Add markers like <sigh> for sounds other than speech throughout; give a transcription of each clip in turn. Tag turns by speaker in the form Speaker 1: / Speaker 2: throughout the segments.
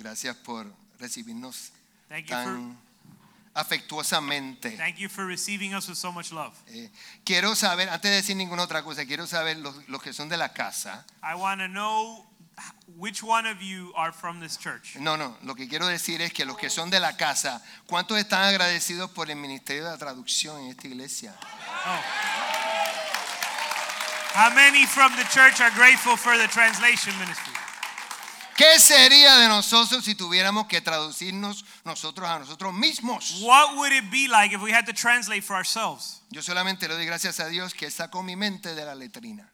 Speaker 1: Gracias por recibirnos
Speaker 2: Thank you
Speaker 1: tan afectuosamente.
Speaker 2: Thank you for receiving us with so much love.
Speaker 1: Eh, quiero saber, antes de decir ninguna otra cosa, quiero saber los, los que son de la casa.
Speaker 2: I want to know which one of you are from this church.
Speaker 1: No, no, lo que quiero decir es que los que son de la casa, ¿cuántos están agradecidos por el Ministerio de la Traducción en esta iglesia?
Speaker 2: Oh. How many from the church are grateful for the translation ministry?
Speaker 1: ¿Qué sería de nosotros si tuviéramos que traducirnos nosotros a nosotros mismos?
Speaker 2: What would it be like if we had to translate for ourselves?
Speaker 1: Yo solamente le doy gracias a Dios que sacó mi mente de la letrina.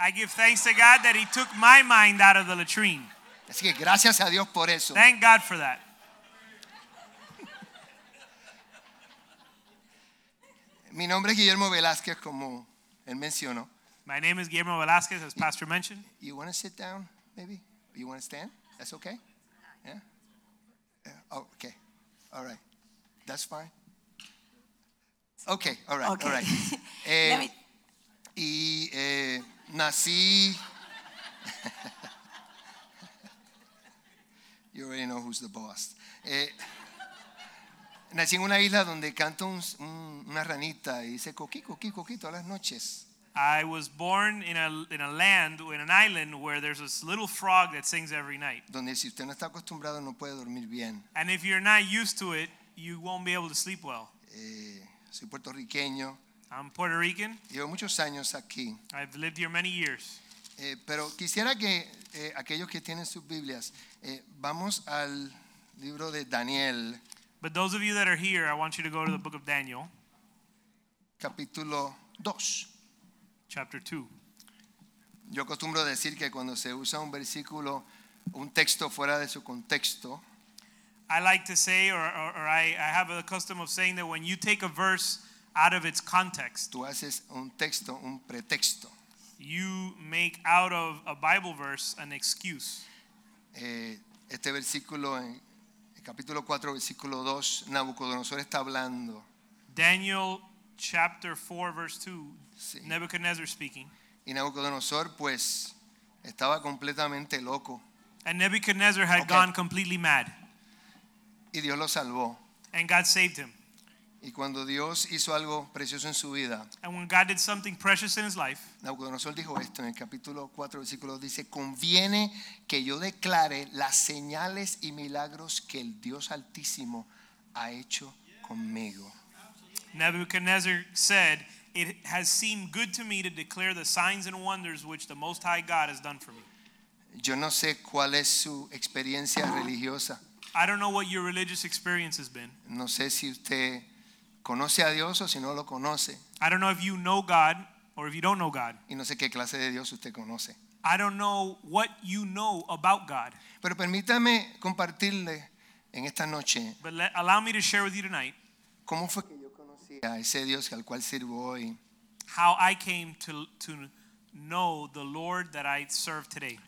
Speaker 2: I give thanks to God that He took my mind out of the latrine.
Speaker 1: Así que gracias a Dios por eso.
Speaker 2: Thank God for that.
Speaker 1: Mi nombre es Guillermo Velázquez, como él mencionó.
Speaker 2: My name is Guillermo Velasquez, as Pastor mentioned.
Speaker 1: You want to sit down, maybe? You want to stand? That's okay? Yeah? yeah? Oh, okay. All right. That's fine. Okay, all right,
Speaker 3: Okay.
Speaker 1: all right.
Speaker 3: <laughs>
Speaker 1: Eh,
Speaker 3: Let me-
Speaker 1: y eh, nací. <laughs> you already know who's the boss. Eh, nací en una isla donde canto un- un- una ranita y dice coquí, coquí, coquí todas las noches.
Speaker 2: I was born in a, in a land, in an island where there's this little frog that sings every night.
Speaker 1: Donde si usted no está acostumbrado no puede dormir bien.
Speaker 2: And if you're not used to it, you won't be able to sleep well.
Speaker 1: Eh, soy puertorriqueño,
Speaker 2: I'm Puerto Rican.
Speaker 1: llevo muchos años aquí,
Speaker 2: I've lived here many years.
Speaker 1: Eh, pero quisiera que eh, aquellos que tienen sus Biblias, eh, vamos al libro de Daniel,
Speaker 2: But those of you that are here, I want you to go to the book of Daniel,
Speaker 1: capítulo 2.
Speaker 2: chapter 2.
Speaker 1: Yo acostumbro decir que cuando se usa un versículo, un texto fuera de su contexto,
Speaker 2: I like to say, or, or, or I, I have a custom of saying that when you take a verse out of its context,
Speaker 1: tú haces un texto, un pretexto.
Speaker 2: you make out of a Bible verse an excuse.
Speaker 1: Eh, este versículo, en el capítulo 4, versículo 2, Nabucodonosor está hablando.
Speaker 2: Daniel chapter 4, verse 2,
Speaker 1: Sí.
Speaker 2: Nebuchadnezzar speaking.
Speaker 1: Y Nabucodonosor, pues, estaba completamente loco.
Speaker 2: And Nebuchadnezzar had
Speaker 1: Okay.
Speaker 2: gone completely mad,
Speaker 1: Y Dios lo salvó.
Speaker 2: and God saved him.
Speaker 1: Y cuando Dios hizo algo precioso en su vida,
Speaker 2: And when God did something precious in his life,
Speaker 1: Nabucodonosor dijo esto en el capítulo 4, versículo 2, dice, conviene que yo declare las señales y milagros que el Dios Altísimo ha hecho conmigo.
Speaker 2: Nebuchadnezzar said, It has seemed good to me to declare the signs and wonders which the Most High God has done for me.
Speaker 1: Yo no sé cuál es su experiencia religiosa.
Speaker 2: I don't know what your religious experience has been.
Speaker 1: No sé si usted conoce a Dios o si no lo conoce.
Speaker 2: I don't know if you know God or if you don't know God.
Speaker 1: Y no sé qué clase de Dios usted conoce.
Speaker 2: I don't know what you know about God.
Speaker 1: Pero permítame compartirle en esta noche
Speaker 2: But let, allow me to share with you tonight
Speaker 1: cómo fue que yo conocí a ese Dios al cual sirvo hoy.
Speaker 2: how I came to, to know the Lord that I serve today.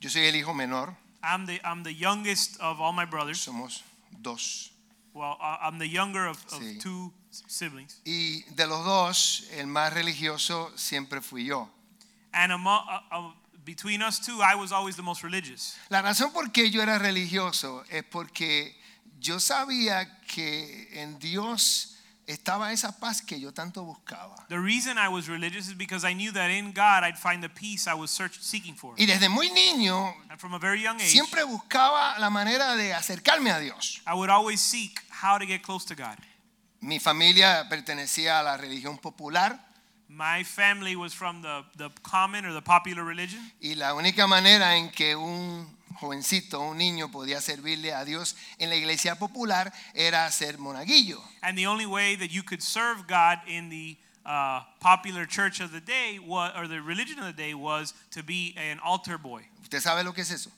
Speaker 1: Yo soy el hijo menor,
Speaker 2: I'm the, I'm the youngest of all my brothers.
Speaker 1: somos dos.
Speaker 2: Well, I- I'm the younger of, of
Speaker 1: Sí.
Speaker 2: two siblings.
Speaker 1: Y de los dos, el más religioso siempre fui yo.
Speaker 2: And among, uh, uh, between us two, I was always the most religious.
Speaker 1: La razón por qué yo era religioso es porque yo sabía que en Dios estaba esa paz que yo tanto buscaba.
Speaker 2: The reason I was religious is because I knew that in God I'd find the peace I was search, seeking for.
Speaker 1: Y desde muy niño
Speaker 2: And from a very young age,
Speaker 1: siempre buscaba la manera de acercarme a Dios.
Speaker 2: I would always seek how to get close to God.
Speaker 1: Mi familia pertenecía a la religión popular
Speaker 2: My family was from the, the common or the popular religion.
Speaker 1: y la única manera en que un jovencito, un niño podía servirle a Dios en la iglesia popular era ser monaguillo.
Speaker 2: And the only way that you could serve God in the uh, popular church of the day was, or the religion of the day was to be an altar boy.
Speaker 1: ¿Usted sabe lo que es eso?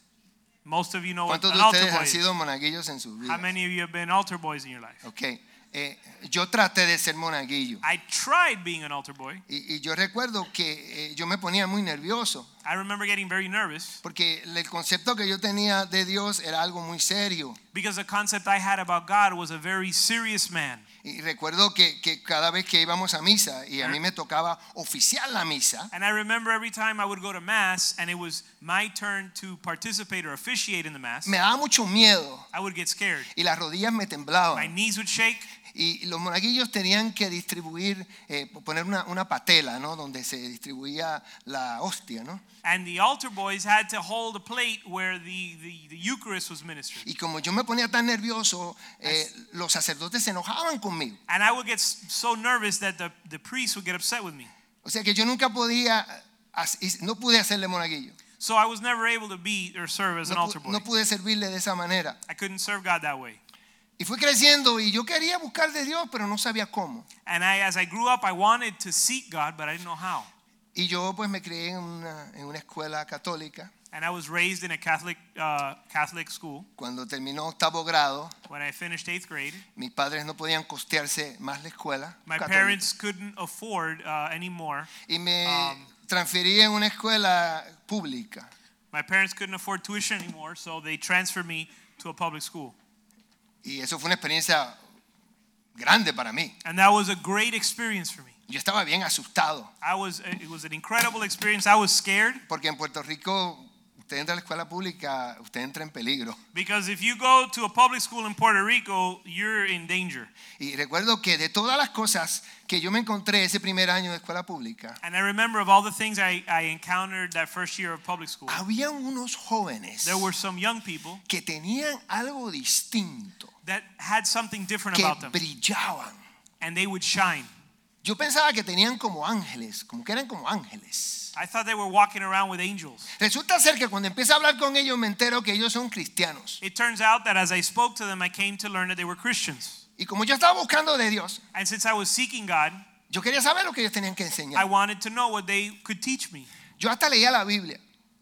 Speaker 2: Most of you know what
Speaker 1: ¿Cuántos
Speaker 2: an
Speaker 1: de
Speaker 2: altar
Speaker 1: ustedes
Speaker 2: boy
Speaker 1: han
Speaker 2: is.
Speaker 1: sido monaguillos en su
Speaker 2: How
Speaker 1: vida?
Speaker 2: many of you have been altar boys in your life?
Speaker 1: Ok, eh, yo traté de ser monaguillo.
Speaker 2: I tried being an altar boy.
Speaker 1: Y, y yo recuerdo que eh, yo me ponía muy nervioso,
Speaker 2: I remember getting very nervous
Speaker 1: porque el concepto que yo tenía de Dios era algo muy serio.
Speaker 2: because the concept I had about God was a very serious man.
Speaker 1: Y recuerdo que, que cada vez que íbamos a misa y a mí me tocaba oficiar la misa,
Speaker 2: And I remember every time I would go to mass and it was my turn to participate or officiate in the mass,
Speaker 1: me daba mucho miedo
Speaker 2: I would get scared.
Speaker 1: y las rodillas me
Speaker 2: My
Speaker 1: temblaban.
Speaker 2: knees would shake.
Speaker 1: Y los monaguillos tenían que distribuir, eh, poner una, una patela, ¿no? Donde se distribuía la hostia, ¿no?
Speaker 2: And the altar boys had to hold a plate where the, the, the Eucharist was ministered.
Speaker 1: Y como yo me ponía tan nervioso, eh, los sacerdotes se enojaban conmigo.
Speaker 2: And I would get s- so nervous that the, the priest would get upset with me.
Speaker 1: O sea que yo nunca podía, as- y no pude hacerle monaguillo.
Speaker 2: So I was never able to be or serve as an
Speaker 1: No,
Speaker 2: altar
Speaker 1: pu-
Speaker 2: boy.
Speaker 1: no pude servirle de esa manera.
Speaker 2: I couldn't serve God that way.
Speaker 1: Y fui creciendo y yo quería buscar de Dios, pero no sabía cómo.
Speaker 2: And I, as I grew up, I wanted to seek God, but I didn't know how.
Speaker 1: Y yo pues me crié en una, en una escuela católica.
Speaker 2: And I was raised in a Catholic, uh, Catholic school.
Speaker 1: Cuando terminó octavo grado,
Speaker 2: When I finished eighth grade,
Speaker 1: mis padres no podían costearse más la escuela.
Speaker 2: my
Speaker 1: católica.
Speaker 2: parents couldn't afford uh, anymore.
Speaker 1: y me
Speaker 2: um,
Speaker 1: transferí en una escuela pública.
Speaker 2: My parents couldn't afford tuition anymore, so they transferred me to a public school.
Speaker 1: Y eso fue una experiencia grande para mí.
Speaker 2: And that was a great experience for me.
Speaker 1: Yo estaba bien asustado,
Speaker 2: I was uh, it was an incredible experience. I was scared
Speaker 1: porque en Puerto Rico usted entra a la escuela pública, usted entra en peligro.
Speaker 2: because if you go to a public school in Puerto Rico, you're in danger.
Speaker 1: Y recuerdo que de todas las cosas que yo me encontré ese primer año de escuela pública,
Speaker 2: And I remember of all the things I, I encountered that first year of public school,
Speaker 1: había unos jóvenes
Speaker 2: there were some young people
Speaker 1: que tenían algo distinto,
Speaker 2: that had something different
Speaker 1: que
Speaker 2: about them,
Speaker 1: brillaban.
Speaker 2: and they would shine.
Speaker 1: Yo pensaba que tenían como ángeles, como que eran como ángeles.
Speaker 2: I thought they were walking around with angels.
Speaker 1: Resulta ser que cuando empiezo a hablar con ellos me entero que ellos son cristianos.
Speaker 2: It turns out that as I spoke to them, I came to learn that they were Christians.
Speaker 1: Y como yo estaba buscando de Dios,
Speaker 2: And since I was seeking God,
Speaker 1: yo quería saber lo que ellos tenían que
Speaker 2: I
Speaker 1: enseñar.
Speaker 2: wanted to know what they could teach me.
Speaker 1: Yo hasta leía la Biblia.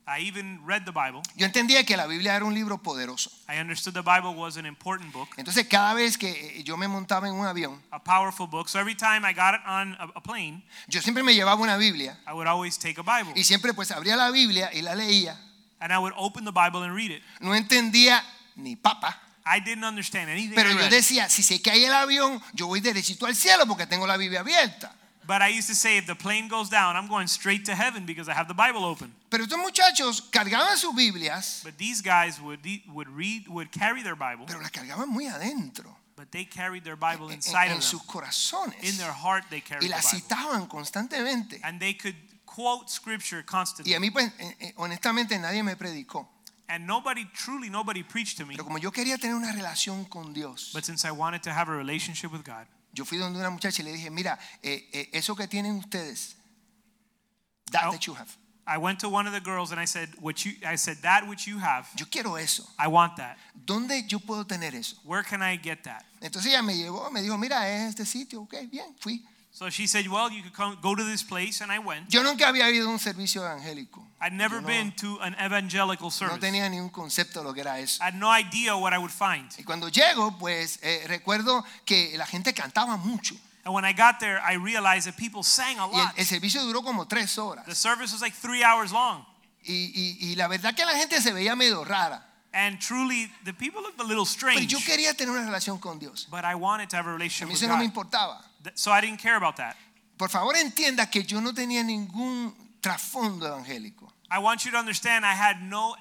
Speaker 2: I even read the Bible.
Speaker 1: Yo entendía que la Biblia era un libro poderoso.
Speaker 2: I understood the Bible was an important book,
Speaker 1: Entonces cada vez que eh, yo me montaba en un avión,
Speaker 2: a powerful book. So every time I got on a, a plane,
Speaker 1: yo siempre me llevaba una Biblia
Speaker 2: I would always take a Bible
Speaker 1: y siempre pues abría la Biblia y la leía.
Speaker 2: and I would open the Bible and read it.
Speaker 1: No entendía ni papa.
Speaker 2: I didn't understand anything.
Speaker 1: Pero
Speaker 2: I
Speaker 1: yo
Speaker 2: read.
Speaker 1: decía, si se cae el avión, yo voy derechito al cielo porque tengo la Biblia abierta.
Speaker 2: But I used to say, if the plane goes down, I'm going straight to heaven because I have the Bible open.
Speaker 1: Pero estos muchachos cargaban sus Biblias,
Speaker 2: But these guys would would read, would carry their Bible,
Speaker 1: pero las cargaban muy adentro,
Speaker 2: but they carried their Bible
Speaker 1: en,
Speaker 2: inside
Speaker 1: en
Speaker 2: of them.
Speaker 1: sus corazones.
Speaker 2: In their heart, they
Speaker 1: Y
Speaker 2: carried the
Speaker 1: la
Speaker 2: Bible,
Speaker 1: citaban constantemente.
Speaker 2: and they could quote Scripture
Speaker 1: Y
Speaker 2: constantly.
Speaker 1: a mí, pues, eh, eh, honestamente, nadie me predicó.
Speaker 2: And nobody, truly, nobody preached to me.
Speaker 1: Pero como yo quería tener una relación con Dios,
Speaker 2: But since I wanted to have a relationship with God,
Speaker 1: yo fui donde una muchacha y le dije, mira, eh, eh, eso que tienen ustedes, that
Speaker 2: Oh.
Speaker 1: that you have,
Speaker 2: I went to one of the girls and I said, "What you?" I said, "That which you have,
Speaker 1: yo quiero eso.
Speaker 2: I want that.
Speaker 1: ¿Dónde yo puedo tener eso?
Speaker 2: Where can I get that?"
Speaker 1: Entonces ella me llevó, me dijo, mira, es este sitio, ok, bien, fui.
Speaker 2: So she said, "Well, you could come, go to this place," and I went.
Speaker 1: Yo nunca había ido a un servicio evangélico.
Speaker 2: I'd never
Speaker 1: Yo no-
Speaker 2: been to an evangelical
Speaker 1: No
Speaker 2: service.
Speaker 1: tenía ni un concepto de lo que era eso.
Speaker 2: I had no idea what I would find.
Speaker 1: Y cuando llego, pues eh, recuerdo que la gente cantaba mucho.
Speaker 2: And when I got there, I realized that people sang a
Speaker 1: Y el,
Speaker 2: lot.
Speaker 1: el servicio duró como tres horas.
Speaker 2: The service was like three hours long.
Speaker 1: Y, y- y la verdad que la gente se veía medio rara.
Speaker 2: And truly, the people looked a little
Speaker 1: Pero yo
Speaker 2: strange.
Speaker 1: quería tener una relación con Dios.
Speaker 2: But I wanted to have a
Speaker 1: A
Speaker 2: relationship
Speaker 1: mí
Speaker 2: with
Speaker 1: eso no me
Speaker 2: God.
Speaker 1: importaba.
Speaker 2: Th- So I didn't care about that.
Speaker 1: Por favor entienda que yo no tenía ningún trasfondo evangélico.
Speaker 2: I want you to understand I had no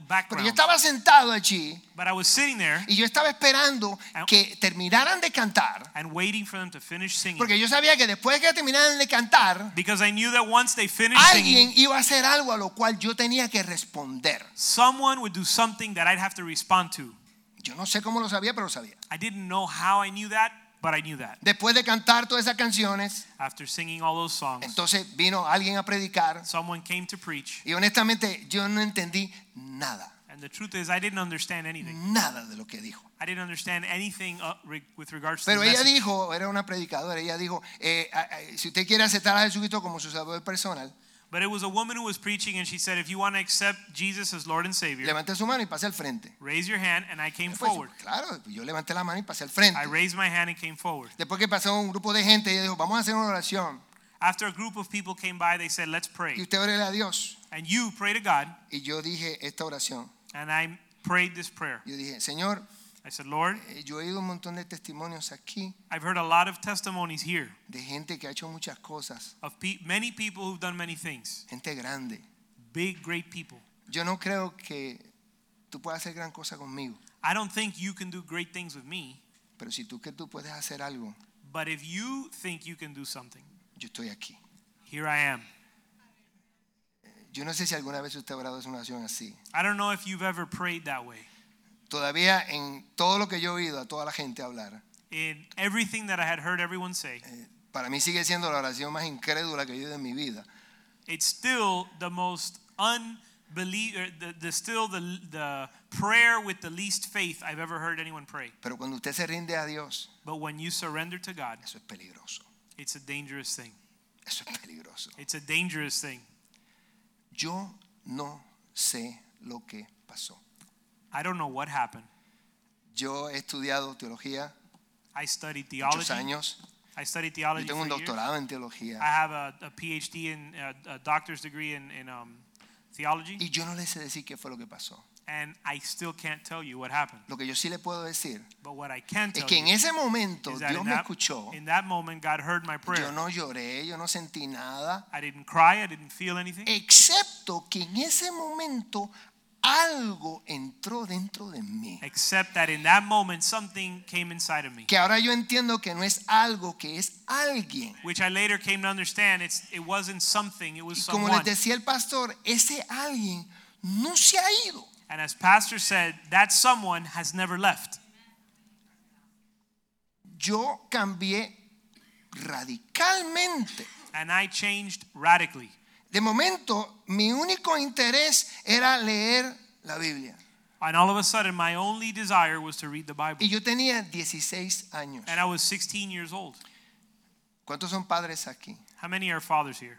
Speaker 1: Pero yo
Speaker 2: background.
Speaker 1: estaba sentado allí
Speaker 2: But I was sitting there
Speaker 1: y yo estaba esperando que terminaran de cantar.
Speaker 2: and waiting for them to finish singing.
Speaker 1: Porque yo sabía que después que terminaran de cantar,
Speaker 2: Because I knew that once they finished singing,
Speaker 1: alguien iba a hacer algo a lo cual yo tenía que responder.
Speaker 2: someone would do something that I'd have to respond to.
Speaker 1: Yo no sé cómo lo sabía, pero lo sabía.
Speaker 2: I didn't know how I knew that, but I knew that.
Speaker 1: Después de cantar todas esas canciones,
Speaker 2: After singing all those songs,
Speaker 1: entonces vino alguien a predicar
Speaker 2: someone came to preach.
Speaker 1: y honestamente yo no entendí nada,
Speaker 2: And the truth is, I didn't understand anything.
Speaker 1: nada de lo que dijo.
Speaker 2: I didn't understand anything uh, re- with regards to
Speaker 1: Pero
Speaker 2: the
Speaker 1: ella
Speaker 2: message.
Speaker 1: dijo, era una predicadora, ella dijo, eh, a- a- si usted quiere aceptar a Jesucristo como su salvador personal,
Speaker 2: But it was a woman who was preaching, and she said, If you want to accept Jesus as Lord and Savior,
Speaker 1: Levante su mano y pase al frente.
Speaker 2: raise your hand. And I came
Speaker 1: Pues,
Speaker 2: forward.
Speaker 1: claro, yo levanté la mano y pasé al frente.
Speaker 2: I raised my hand and came forward.
Speaker 1: Después que pasó un grupo de gente, ella dijo, vamos a hacer una oración.
Speaker 2: After a group of people came by, they said, Let's pray.
Speaker 1: Y usted órele a Dios.
Speaker 2: And you pray to God.
Speaker 1: Y yo dije esta oración.
Speaker 2: And I prayed this prayer.
Speaker 1: Yo dije, Señor,
Speaker 2: I said, Lord,
Speaker 1: eh, yo he oído un montón de testimonios aquí
Speaker 2: I've heard a lot of testimonies here
Speaker 1: de gente que ha hecho muchas cosas,
Speaker 2: of pe- many people who've done many things,
Speaker 1: gente grande.
Speaker 2: big, great people.
Speaker 1: Yo no creo que tú puedas hacer gran cosa conmigo,
Speaker 2: I don't think you can do great things with me,
Speaker 1: pero si tú que tú puedes hacer algo,
Speaker 2: but if you think you can do something,
Speaker 1: yo estoy aquí.
Speaker 2: here I am.
Speaker 1: Yo no sé si alguna vez usted ha orado una oración así.
Speaker 2: I don't know if you've ever prayed that way.
Speaker 1: Todavía en todo lo que yo he oído a toda la gente hablar,
Speaker 2: In everything that I had heard everyone say,
Speaker 1: eh, para mí sigue siendo la oración más incrédula que he oído en mi vida.
Speaker 2: it's still the most unbelie- or the, the still the, the prayer with the least faith I've ever heard anyone pray.
Speaker 1: Pero cuando usted se rinde a Dios,
Speaker 2: But when you surrender to God,
Speaker 1: eso es peligroso.
Speaker 2: it's a dangerous thing.
Speaker 1: Eso es peligroso.
Speaker 2: It's a dangerous thing.
Speaker 1: Yo no sé lo que pasó.
Speaker 2: I don't know what happened.
Speaker 1: Yo he estudiado teología
Speaker 2: I studied
Speaker 1: muchos
Speaker 2: theology.
Speaker 1: años.
Speaker 2: I studied
Speaker 1: Yo
Speaker 2: theology
Speaker 1: tengo un
Speaker 2: for years. Ah.
Speaker 1: doctorado en
Speaker 2: I
Speaker 1: teología.
Speaker 2: have a, a PhD and uh, a, a doctor's degree in, in um, theology,
Speaker 1: Y yo no le sé decir qué fue lo que pasó.
Speaker 2: and I still can't tell you what happened.
Speaker 1: Lo que yo sí le puedo decir
Speaker 2: But what I can
Speaker 1: es
Speaker 2: tell
Speaker 1: que en
Speaker 2: you
Speaker 1: ese momento
Speaker 2: is that
Speaker 1: Dios
Speaker 2: in
Speaker 1: me
Speaker 2: that,
Speaker 1: escuchó.
Speaker 2: in that moment, God heard my
Speaker 1: Yo
Speaker 2: prayer.
Speaker 1: no lloré, yo no sentí nada.
Speaker 2: I didn't cry. I didn't feel anything.
Speaker 1: Excepto que en ese momento algo entró dentro de mí.
Speaker 2: Except that in that moment, something came inside of me,
Speaker 1: Que ahora yo entiendo que no es algo, que es alguien.
Speaker 2: which I later came to understand. It's, it wasn't something. It was
Speaker 1: Y como les
Speaker 2: someone.
Speaker 1: decía el pastor, ese alguien no se ha ido.
Speaker 2: And as Pastor said, that someone has never left.
Speaker 1: Yo cambié radicalmente.
Speaker 2: And I changed radically.
Speaker 1: De momento, mi único interés era leer la Biblia.
Speaker 2: And all of a sudden, my only desire was to read the Bible.
Speaker 1: Y yo tenía 16 años.
Speaker 2: And I was 16 years old.
Speaker 1: ¿Cuántos son padres aquí?
Speaker 2: How many are fathers here?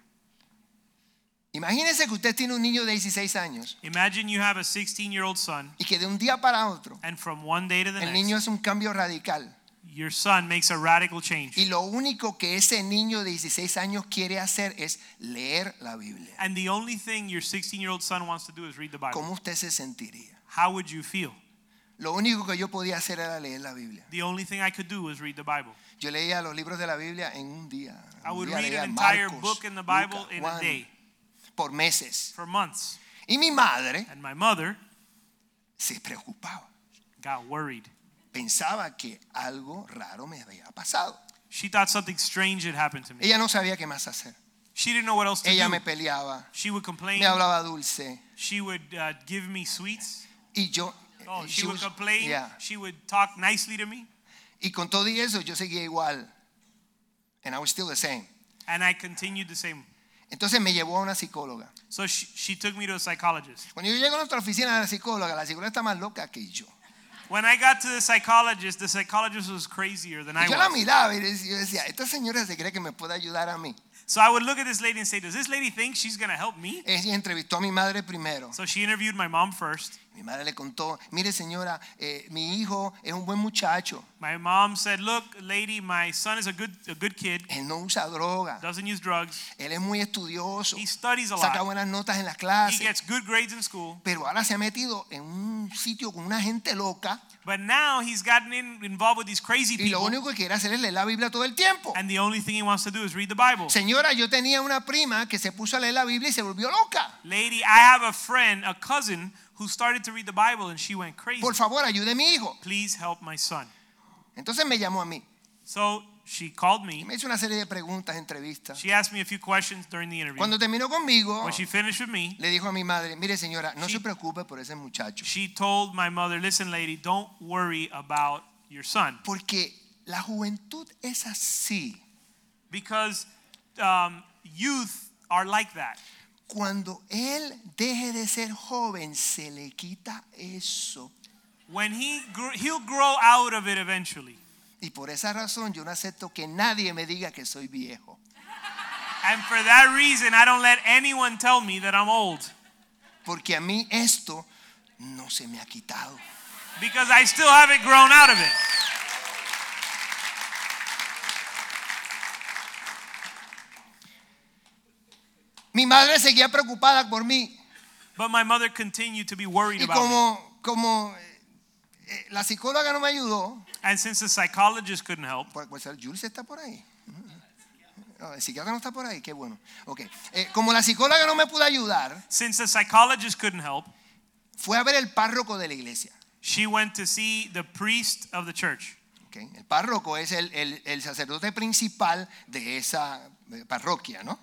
Speaker 1: Imagínense que usted tiene un niño de 16 años
Speaker 2: Imagine you have a 16 year old son,
Speaker 1: y que de un día para otro
Speaker 2: and from one day to the
Speaker 1: el
Speaker 2: next,
Speaker 1: niño hace un cambio radical.
Speaker 2: your son makes a radical change.
Speaker 1: Y lo único que ese niño de 16 años quiere hacer es leer la Biblia.
Speaker 2: And the only thing your 16 year old son wants to do is read the Bible.
Speaker 1: ¿Cómo usted se sentiría?
Speaker 2: How would you feel?
Speaker 1: Lo único que yo podía hacer era leer la Biblia.
Speaker 2: The only thing I could do was read the Bible.
Speaker 1: Yo leía los libros de la Biblia en un día.
Speaker 2: I
Speaker 1: Un
Speaker 2: would
Speaker 1: día
Speaker 2: read
Speaker 1: leía
Speaker 2: an entire
Speaker 1: Marcos,
Speaker 2: book in the
Speaker 1: Lucas,
Speaker 2: Bible in a
Speaker 1: Juan,
Speaker 2: day
Speaker 1: por meses.
Speaker 2: for months.
Speaker 1: Y mi madre
Speaker 2: And my mother
Speaker 1: se preocupaba.
Speaker 2: got worried.
Speaker 1: Pensaba que algo raro me había pasado.
Speaker 2: She thought something strange had happened to me.
Speaker 1: Ella no sabía qué más hacer.
Speaker 2: She didn't know what else to
Speaker 1: Ella me
Speaker 2: do.
Speaker 1: peleaba,
Speaker 2: She would complain.
Speaker 1: me hablaba dulce
Speaker 2: She would uh, give me sweets.
Speaker 1: y yo
Speaker 2: Oh,
Speaker 1: eh,
Speaker 2: she
Speaker 1: she
Speaker 2: would
Speaker 1: was-
Speaker 2: complain.
Speaker 1: yeah.
Speaker 2: She would talk nicely to me.
Speaker 1: Y con todo y eso yo seguía igual. And I was still the same.
Speaker 2: And I continued the same.
Speaker 1: Entonces me llevó a una psicóloga.
Speaker 2: So she, she took me to a psychologist.
Speaker 1: Cuando yo llego a nuestra oficina de la psicóloga, la psicóloga está más loca que yo.
Speaker 2: When I got to the psychologist, the psychologist was crazier than I
Speaker 1: Y yo la
Speaker 2: was.
Speaker 1: miraba y dec- yo decía, esta señora se cree que me puede ayudar a mí.
Speaker 2: So I would look at this lady and say, Does this lady think she's going to help me?
Speaker 1: Ella entrevistó a mi madre primero.
Speaker 2: So she interviewed my mom first.
Speaker 1: Mi madre le contó, mire señora, eh, mi hijo es un buen muchacho,
Speaker 2: My mom said, Look, lady, my son is a good, a good kid,
Speaker 1: él no usa droga,
Speaker 2: doesn't use drugs,
Speaker 1: él es muy estudioso,
Speaker 2: he studies a
Speaker 1: saca
Speaker 2: lot,
Speaker 1: buenas notas en las
Speaker 2: he
Speaker 1: clases,
Speaker 2: gets good grades in school,
Speaker 1: pero ahora se ha metido en un sitio con una gente loca
Speaker 2: but now he's gotten in, involved with these crazy
Speaker 1: y lo
Speaker 2: people,
Speaker 1: único que quiere hacer es leer la Biblia todo el tiempo.
Speaker 2: and the only thing he wants to do is read the Bible.
Speaker 1: Señora, yo tenía una prima que se puso a leer la Biblia y se volvió loca.
Speaker 2: Lady, I have a friend, a cousin, who started to read the Bible and she went crazy.
Speaker 1: Por favor, ayude a mi hijo.
Speaker 2: Please help my son.
Speaker 1: Entonces me llamó a mí
Speaker 2: So she called
Speaker 1: y
Speaker 2: me.
Speaker 1: me hizo una serie de preguntas, entrevistas.
Speaker 2: She asked me a few questions during the interview.
Speaker 1: Cuando terminó conmigo,
Speaker 2: When she finished with me,
Speaker 1: le dijo a mi madre, mire señora, no
Speaker 2: She-
Speaker 1: se preocupe por ese muchacho.
Speaker 2: she told my mother, Listen, lady, don't worry about your son.
Speaker 1: Porque la juventud es así.
Speaker 2: Because um, youth are like that.
Speaker 1: Cuando él deje de ser joven, se le quita eso.
Speaker 2: When he gr- he'll grow out of it eventually.
Speaker 1: Y por esa razón yo no acepto que nadie me diga que soy viejo.
Speaker 2: And for that reason, I don't let anyone tell me that I'm old
Speaker 1: Porque a mí esto no se me ha quitado.
Speaker 2: because I still haven't grown out of it.
Speaker 1: Mi madre seguía preocupada por mí.
Speaker 2: But my mother continued to be worried
Speaker 1: Y
Speaker 2: about me.
Speaker 1: como, como eh, eh, la psicóloga no me ayudó,
Speaker 2: And since the psychologist couldn't help,
Speaker 1: por- por ser- Jules está por ahí. No, el psiquiatra no está por ahí, qué bueno. Ok. Eh, como la psicóloga no me pudo ayudar,
Speaker 2: since the psychologist couldn't help,
Speaker 1: fue a ver el párroco de la iglesia.
Speaker 2: she went to see the priest of the church.
Speaker 1: Ok, El párroco es el, el- el sacerdote principal de esa eh, parroquia, ¿no?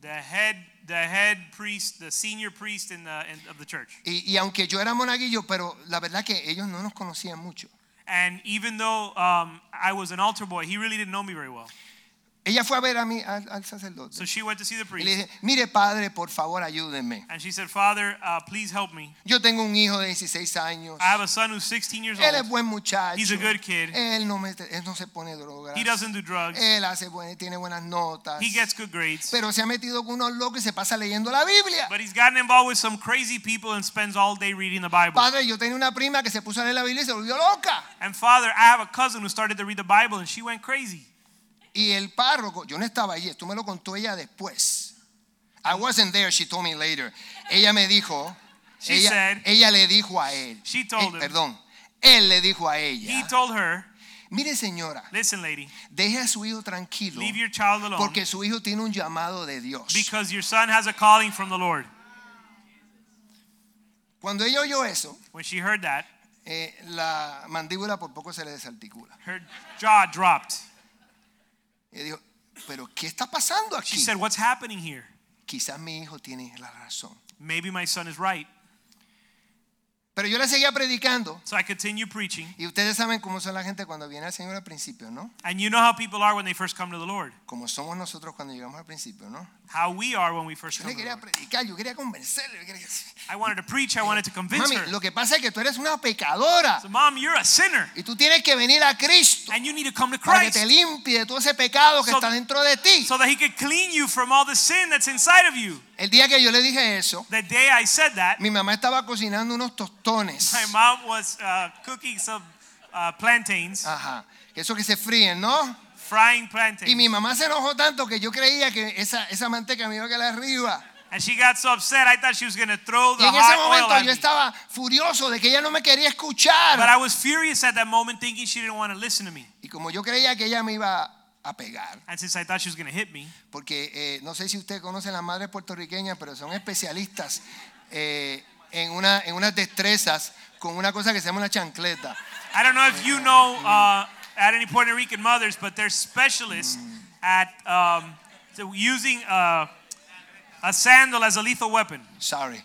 Speaker 2: The head, the head priest, the senior priest in the in, of the church.
Speaker 1: Y, y aunque yo era monaguillo, pero la verdad que ellos no nos conocían mucho.
Speaker 2: And even though um, I was an altar boy, he really didn't know me very well.
Speaker 1: Ella fue a ver a mí, al, al sacerdote.
Speaker 2: So she went to see the
Speaker 1: Y le
Speaker 2: priest,
Speaker 1: dije, mire padre, por favor, ayúdenme.
Speaker 2: and she said, "Father, uh, please help me.
Speaker 1: Yo tengo un hijo de 16 años.
Speaker 2: I have a son who's 16 years
Speaker 1: Él es
Speaker 2: old.
Speaker 1: buen muchacho.
Speaker 2: He's a good kid.
Speaker 1: Él no, me- él no se pone drogas.
Speaker 2: He doesn't do drugs.
Speaker 1: Él hace buen- tiene buenas notas.
Speaker 2: He gets good grades."
Speaker 1: Pero se ha metido con unos locos y se pasa leyendo la Biblia.
Speaker 2: But he's gotten involved with some crazy people and spends all day reading the Bible.
Speaker 1: Padre, yo tenía una prima que se puso a leer la Biblia y se volvió loca.
Speaker 2: And father, I have a cousin who started to read the Bible and she went crazy.
Speaker 1: Y el párroco, yo no estaba allí, esto me lo contó ella después. I wasn't there, she told me later. Ella me dijo,
Speaker 2: She
Speaker 1: ella,
Speaker 2: said-
Speaker 1: ella le dijo a él, Eh,
Speaker 2: She told him.
Speaker 1: perdón, él le dijo a
Speaker 2: He
Speaker 1: ella,
Speaker 2: told her,
Speaker 1: mire señora,
Speaker 2: "Listen, lady,
Speaker 1: deje a su hijo tranquilo
Speaker 2: leave your child alone
Speaker 1: porque su hijo tiene un llamado de Dios.
Speaker 2: because your son has a calling from the Lord."
Speaker 1: Cuando ella oyó eso,
Speaker 2: When she heard that,
Speaker 1: eh, la mandíbula por poco se le desarticula.
Speaker 2: her jaw dropped.
Speaker 1: Y dijo, pero ¿qué está pasando
Speaker 2: She
Speaker 1: aquí?
Speaker 2: said, "What's happening here?
Speaker 1: Quizás mi hijo tiene la razón.
Speaker 2: Maybe my son is right."
Speaker 1: Pero yo le seguía predicando.
Speaker 2: So I continue preaching.
Speaker 1: Y ustedes saben cómo son la gente cuando viene al Señor al principio, ¿no?
Speaker 2: And you know how people are when they first come to the Lord.
Speaker 1: como somos nosotros cuando llegamos al principio, ¿no?
Speaker 2: How we are when we first
Speaker 1: Yo le
Speaker 2: come to the
Speaker 1: quería
Speaker 2: Lord.
Speaker 1: predicar, yo quería convencerle. yo quería-
Speaker 2: I wanted to preach, I wanted to convince
Speaker 1: Mami,
Speaker 2: her.
Speaker 1: lo que pasa es que tú eres una pecadora
Speaker 2: So mom, you're a sinner
Speaker 1: y tú tienes que venir a Cristo
Speaker 2: and you need to come to
Speaker 1: para que te
Speaker 2: Christ.
Speaker 1: limpie de todo ese pecado que
Speaker 2: So-
Speaker 1: está dentro de ti.
Speaker 2: so that he could clean you from all the sin that's inside of you.
Speaker 1: El día que yo le dije eso,
Speaker 2: The day I said that,
Speaker 1: mi mamá estaba cocinando unos tostones.
Speaker 2: my mom was uh, cooking some uh, plantains,
Speaker 1: Ajá. Eso que se fríen, ¿no?
Speaker 2: frying
Speaker 1: Y mi
Speaker 2: plantains,
Speaker 1: mamá se enojó tanto que yo creía que esa, esa manteca me iba a quedar arriba.
Speaker 2: and she got so upset. I thought she was gonna throw
Speaker 1: Y
Speaker 2: the
Speaker 1: en ese
Speaker 2: hot oil
Speaker 1: momento
Speaker 2: at
Speaker 1: yo
Speaker 2: me.
Speaker 1: estaba furioso de que ella no me quería
Speaker 2: But I
Speaker 1: escuchar.
Speaker 2: was furious at that moment, thinking she didn't want to listen to me.
Speaker 1: Y como yo creía que ella me iba a pegar,
Speaker 2: And since I thought she was gonna hit me,
Speaker 1: porque eh, no sé si ustedes conocen las madres puertorriqueñas, pero son especialistas eh, en, una, en unas destrezas con una cosa que se llama una chancleta.
Speaker 2: I don't know if you know uh, at any Puerto Rican mothers, but they're specialists at um, so using uh, a sandal as a lethal weapon.
Speaker 1: Sorry.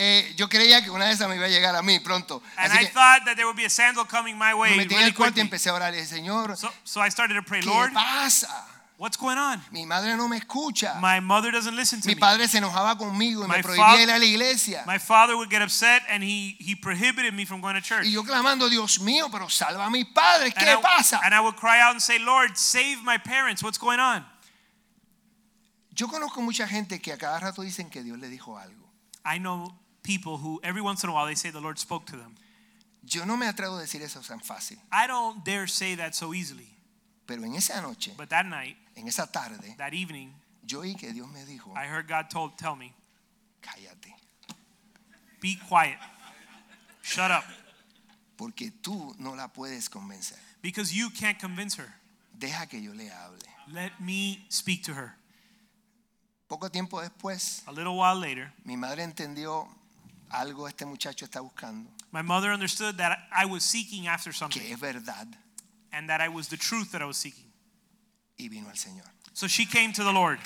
Speaker 1: Eh, yo creía que una de esas me iba a llegar a mí pronto.
Speaker 2: And
Speaker 1: Así
Speaker 2: I
Speaker 1: que
Speaker 2: thought that there would be a sandal coming my way
Speaker 1: me metí en
Speaker 2: really
Speaker 1: el cuarto y
Speaker 2: quickly.
Speaker 1: empecé a orar. Y dije, Señor,
Speaker 2: So, so I started to pray,
Speaker 1: ¿qué
Speaker 2: Lord,
Speaker 1: pasa?
Speaker 2: what's going on?
Speaker 1: Mi madre no me escucha.
Speaker 2: My mother doesn't listen to
Speaker 1: Mi
Speaker 2: me.
Speaker 1: padre se enojaba conmigo y me
Speaker 2: My
Speaker 1: prohibía
Speaker 2: fa-
Speaker 1: ir a la iglesia.
Speaker 2: My father would get upset and he, he prohibited me from going to church.
Speaker 1: Y yo clamando, Dios mío, pero salva a mis padres.
Speaker 2: And
Speaker 1: ¿Qué
Speaker 2: I-
Speaker 1: pasa?
Speaker 2: and I would cry out and say, Lord, save my parents. What's going on?
Speaker 1: Yo conozco mucha gente que a cada rato dicen que Dios le dijo algo.
Speaker 2: I know people who every once in a while they say the Lord spoke to them.
Speaker 1: Yo no me atrevo a decir eso tan fácil,
Speaker 2: I don't dare say that so easily.
Speaker 1: pero en esa noche,
Speaker 2: But that night,
Speaker 1: en esa tarde,
Speaker 2: that evening,
Speaker 1: yo oí que Dios me dijo,
Speaker 2: I heard God told tell me,
Speaker 1: cállate,
Speaker 2: be quiet. Shut up.
Speaker 1: porque tú no la puedes convencer.
Speaker 2: Because you can't convince her.
Speaker 1: Deja que yo le hable.
Speaker 2: Let me speak to her.
Speaker 1: Poco tiempo después,
Speaker 2: A little while later,
Speaker 1: mi madre entendió algo este muchacho está buscando,
Speaker 2: my mother understood that I was seeking after something.
Speaker 1: que es verdad,
Speaker 2: and that I was the truth that I was seeking.
Speaker 1: y vino al Señor.
Speaker 2: So she came to the Lord.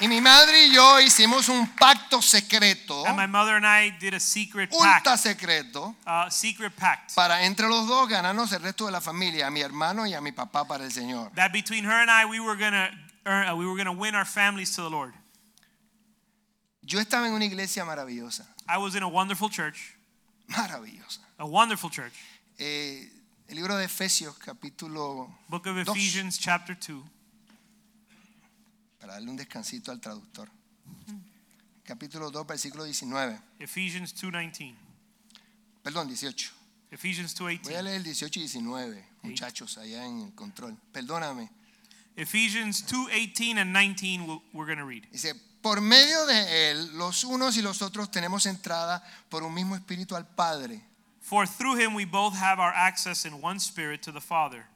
Speaker 1: Y mi madre y yo hicimos un pacto secreto,
Speaker 2: And my mother and I did a secret pact,
Speaker 1: ultra secreto,
Speaker 2: uh, secret pact,
Speaker 1: para entre los dos ganarnos el resto de la familia, a mi hermano y a mi papá para el Señor.
Speaker 2: that between her and I, we were gonna earn, uh, we were gonna win our families to the Lord.
Speaker 1: Yo estaba en una iglesia maravillosa,
Speaker 2: I was in a wonderful church,
Speaker 1: maravillosa.
Speaker 2: a wonderful church.
Speaker 1: Eh, El libro de Efesios, capítulo
Speaker 2: Book of
Speaker 1: Dos.
Speaker 2: Ephesians, chapter 2.
Speaker 1: para darle un descansito al traductor. Capítulo 2, versículo 19.
Speaker 2: Ephesians 2.19.
Speaker 1: Perdón, 18.
Speaker 2: Ephesians
Speaker 1: Voy a
Speaker 2: 2.18.
Speaker 1: leer el 18 y 19, muchachos, allá en el control. Perdóname.
Speaker 2: Ephesians 2.18 and 19 we'll- we're going to read.
Speaker 1: Dice, por medio de él, los unos y los otros tenemos entrada por un mismo espíritu al Padre.
Speaker 2: For through him we both have our access in one spirit to the Father.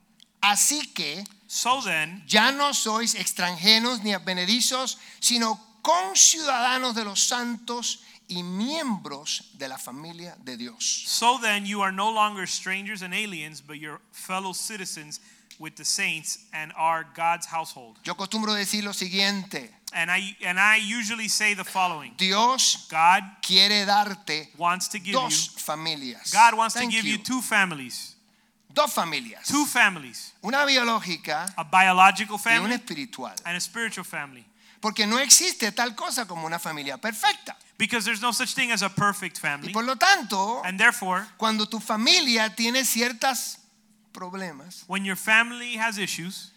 Speaker 1: Así que
Speaker 2: So then,
Speaker 1: ya no sois extranjeros ni advenedizos, sino conciudadanos de los santos y miembros de la familia de Dios.
Speaker 2: so then you are no longer strangers and aliens, but your fellow citizens with the saints and are God's household.
Speaker 1: Yo acostumbro decir lo siguiente,
Speaker 2: And I and I usually say the following.
Speaker 1: Dios
Speaker 2: God
Speaker 1: quiere darte
Speaker 2: wants to give you
Speaker 1: dos familias.
Speaker 2: God wants to
Speaker 1: Thank
Speaker 2: give you
Speaker 1: you.
Speaker 2: two families.
Speaker 1: dos familias.
Speaker 2: Two families.
Speaker 1: Una biológica
Speaker 2: A
Speaker 1: y
Speaker 2: biological
Speaker 1: una
Speaker 2: family
Speaker 1: espiritual.
Speaker 2: and a spiritual family.
Speaker 1: Porque no existe tal cosa como una familia perfecta.
Speaker 2: Because there's no such thing as a perfect
Speaker 1: Y
Speaker 2: family.
Speaker 1: por lo tanto,
Speaker 2: And therefore,
Speaker 1: cuando tu familia tiene ciertos problemas,
Speaker 2: when your family has issues,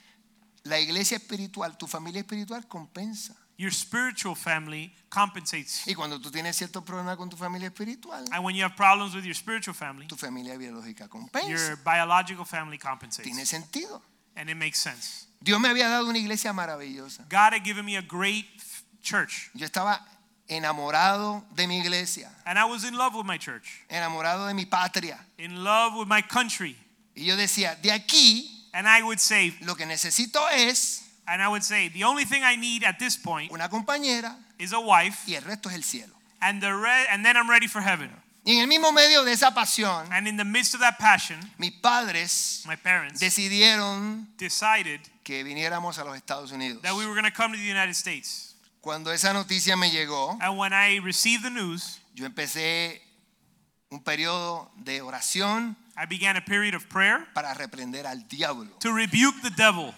Speaker 1: la iglesia espiritual, tu familia espiritual compensa.
Speaker 2: your spiritual family compensates.
Speaker 1: Y cuando tú tienes ciertos problemas con tu familia espiritual,
Speaker 2: And when you have problems with your spiritual family,
Speaker 1: tu familia biológica compensa.
Speaker 2: your biological family compensates.
Speaker 1: Tiene sentido.
Speaker 2: And it makes sense.
Speaker 1: Dios me había dado una iglesia maravillosa.
Speaker 2: God had given me a great f- church.
Speaker 1: Yo estaba enamorado de mi iglesia,
Speaker 2: And I was in love with my church,
Speaker 1: enamorado de mi patria.
Speaker 2: in love with my country.
Speaker 1: Y yo decía, de aquí
Speaker 2: And I would say,
Speaker 1: lo que necesito es
Speaker 2: and I would say, the only thing I need at this point
Speaker 1: una compañera
Speaker 2: is a wife,
Speaker 1: y el resto es el cielo.
Speaker 2: and the re- and then I'm ready for heaven.
Speaker 1: Y en el mismo medio de esa pasión,
Speaker 2: And in the midst of that passion,
Speaker 1: mis padres
Speaker 2: my parents
Speaker 1: decidieron
Speaker 2: decided
Speaker 1: que viniéramos a los Estados Unidos.
Speaker 2: that we were going to come to the United States.
Speaker 1: Cuando esa noticia me llegó,
Speaker 2: And when I received the news,
Speaker 1: yo empecé un periodo de oración
Speaker 2: I began a period of prayer
Speaker 1: para reprender al diablo,
Speaker 2: to rebuke the devil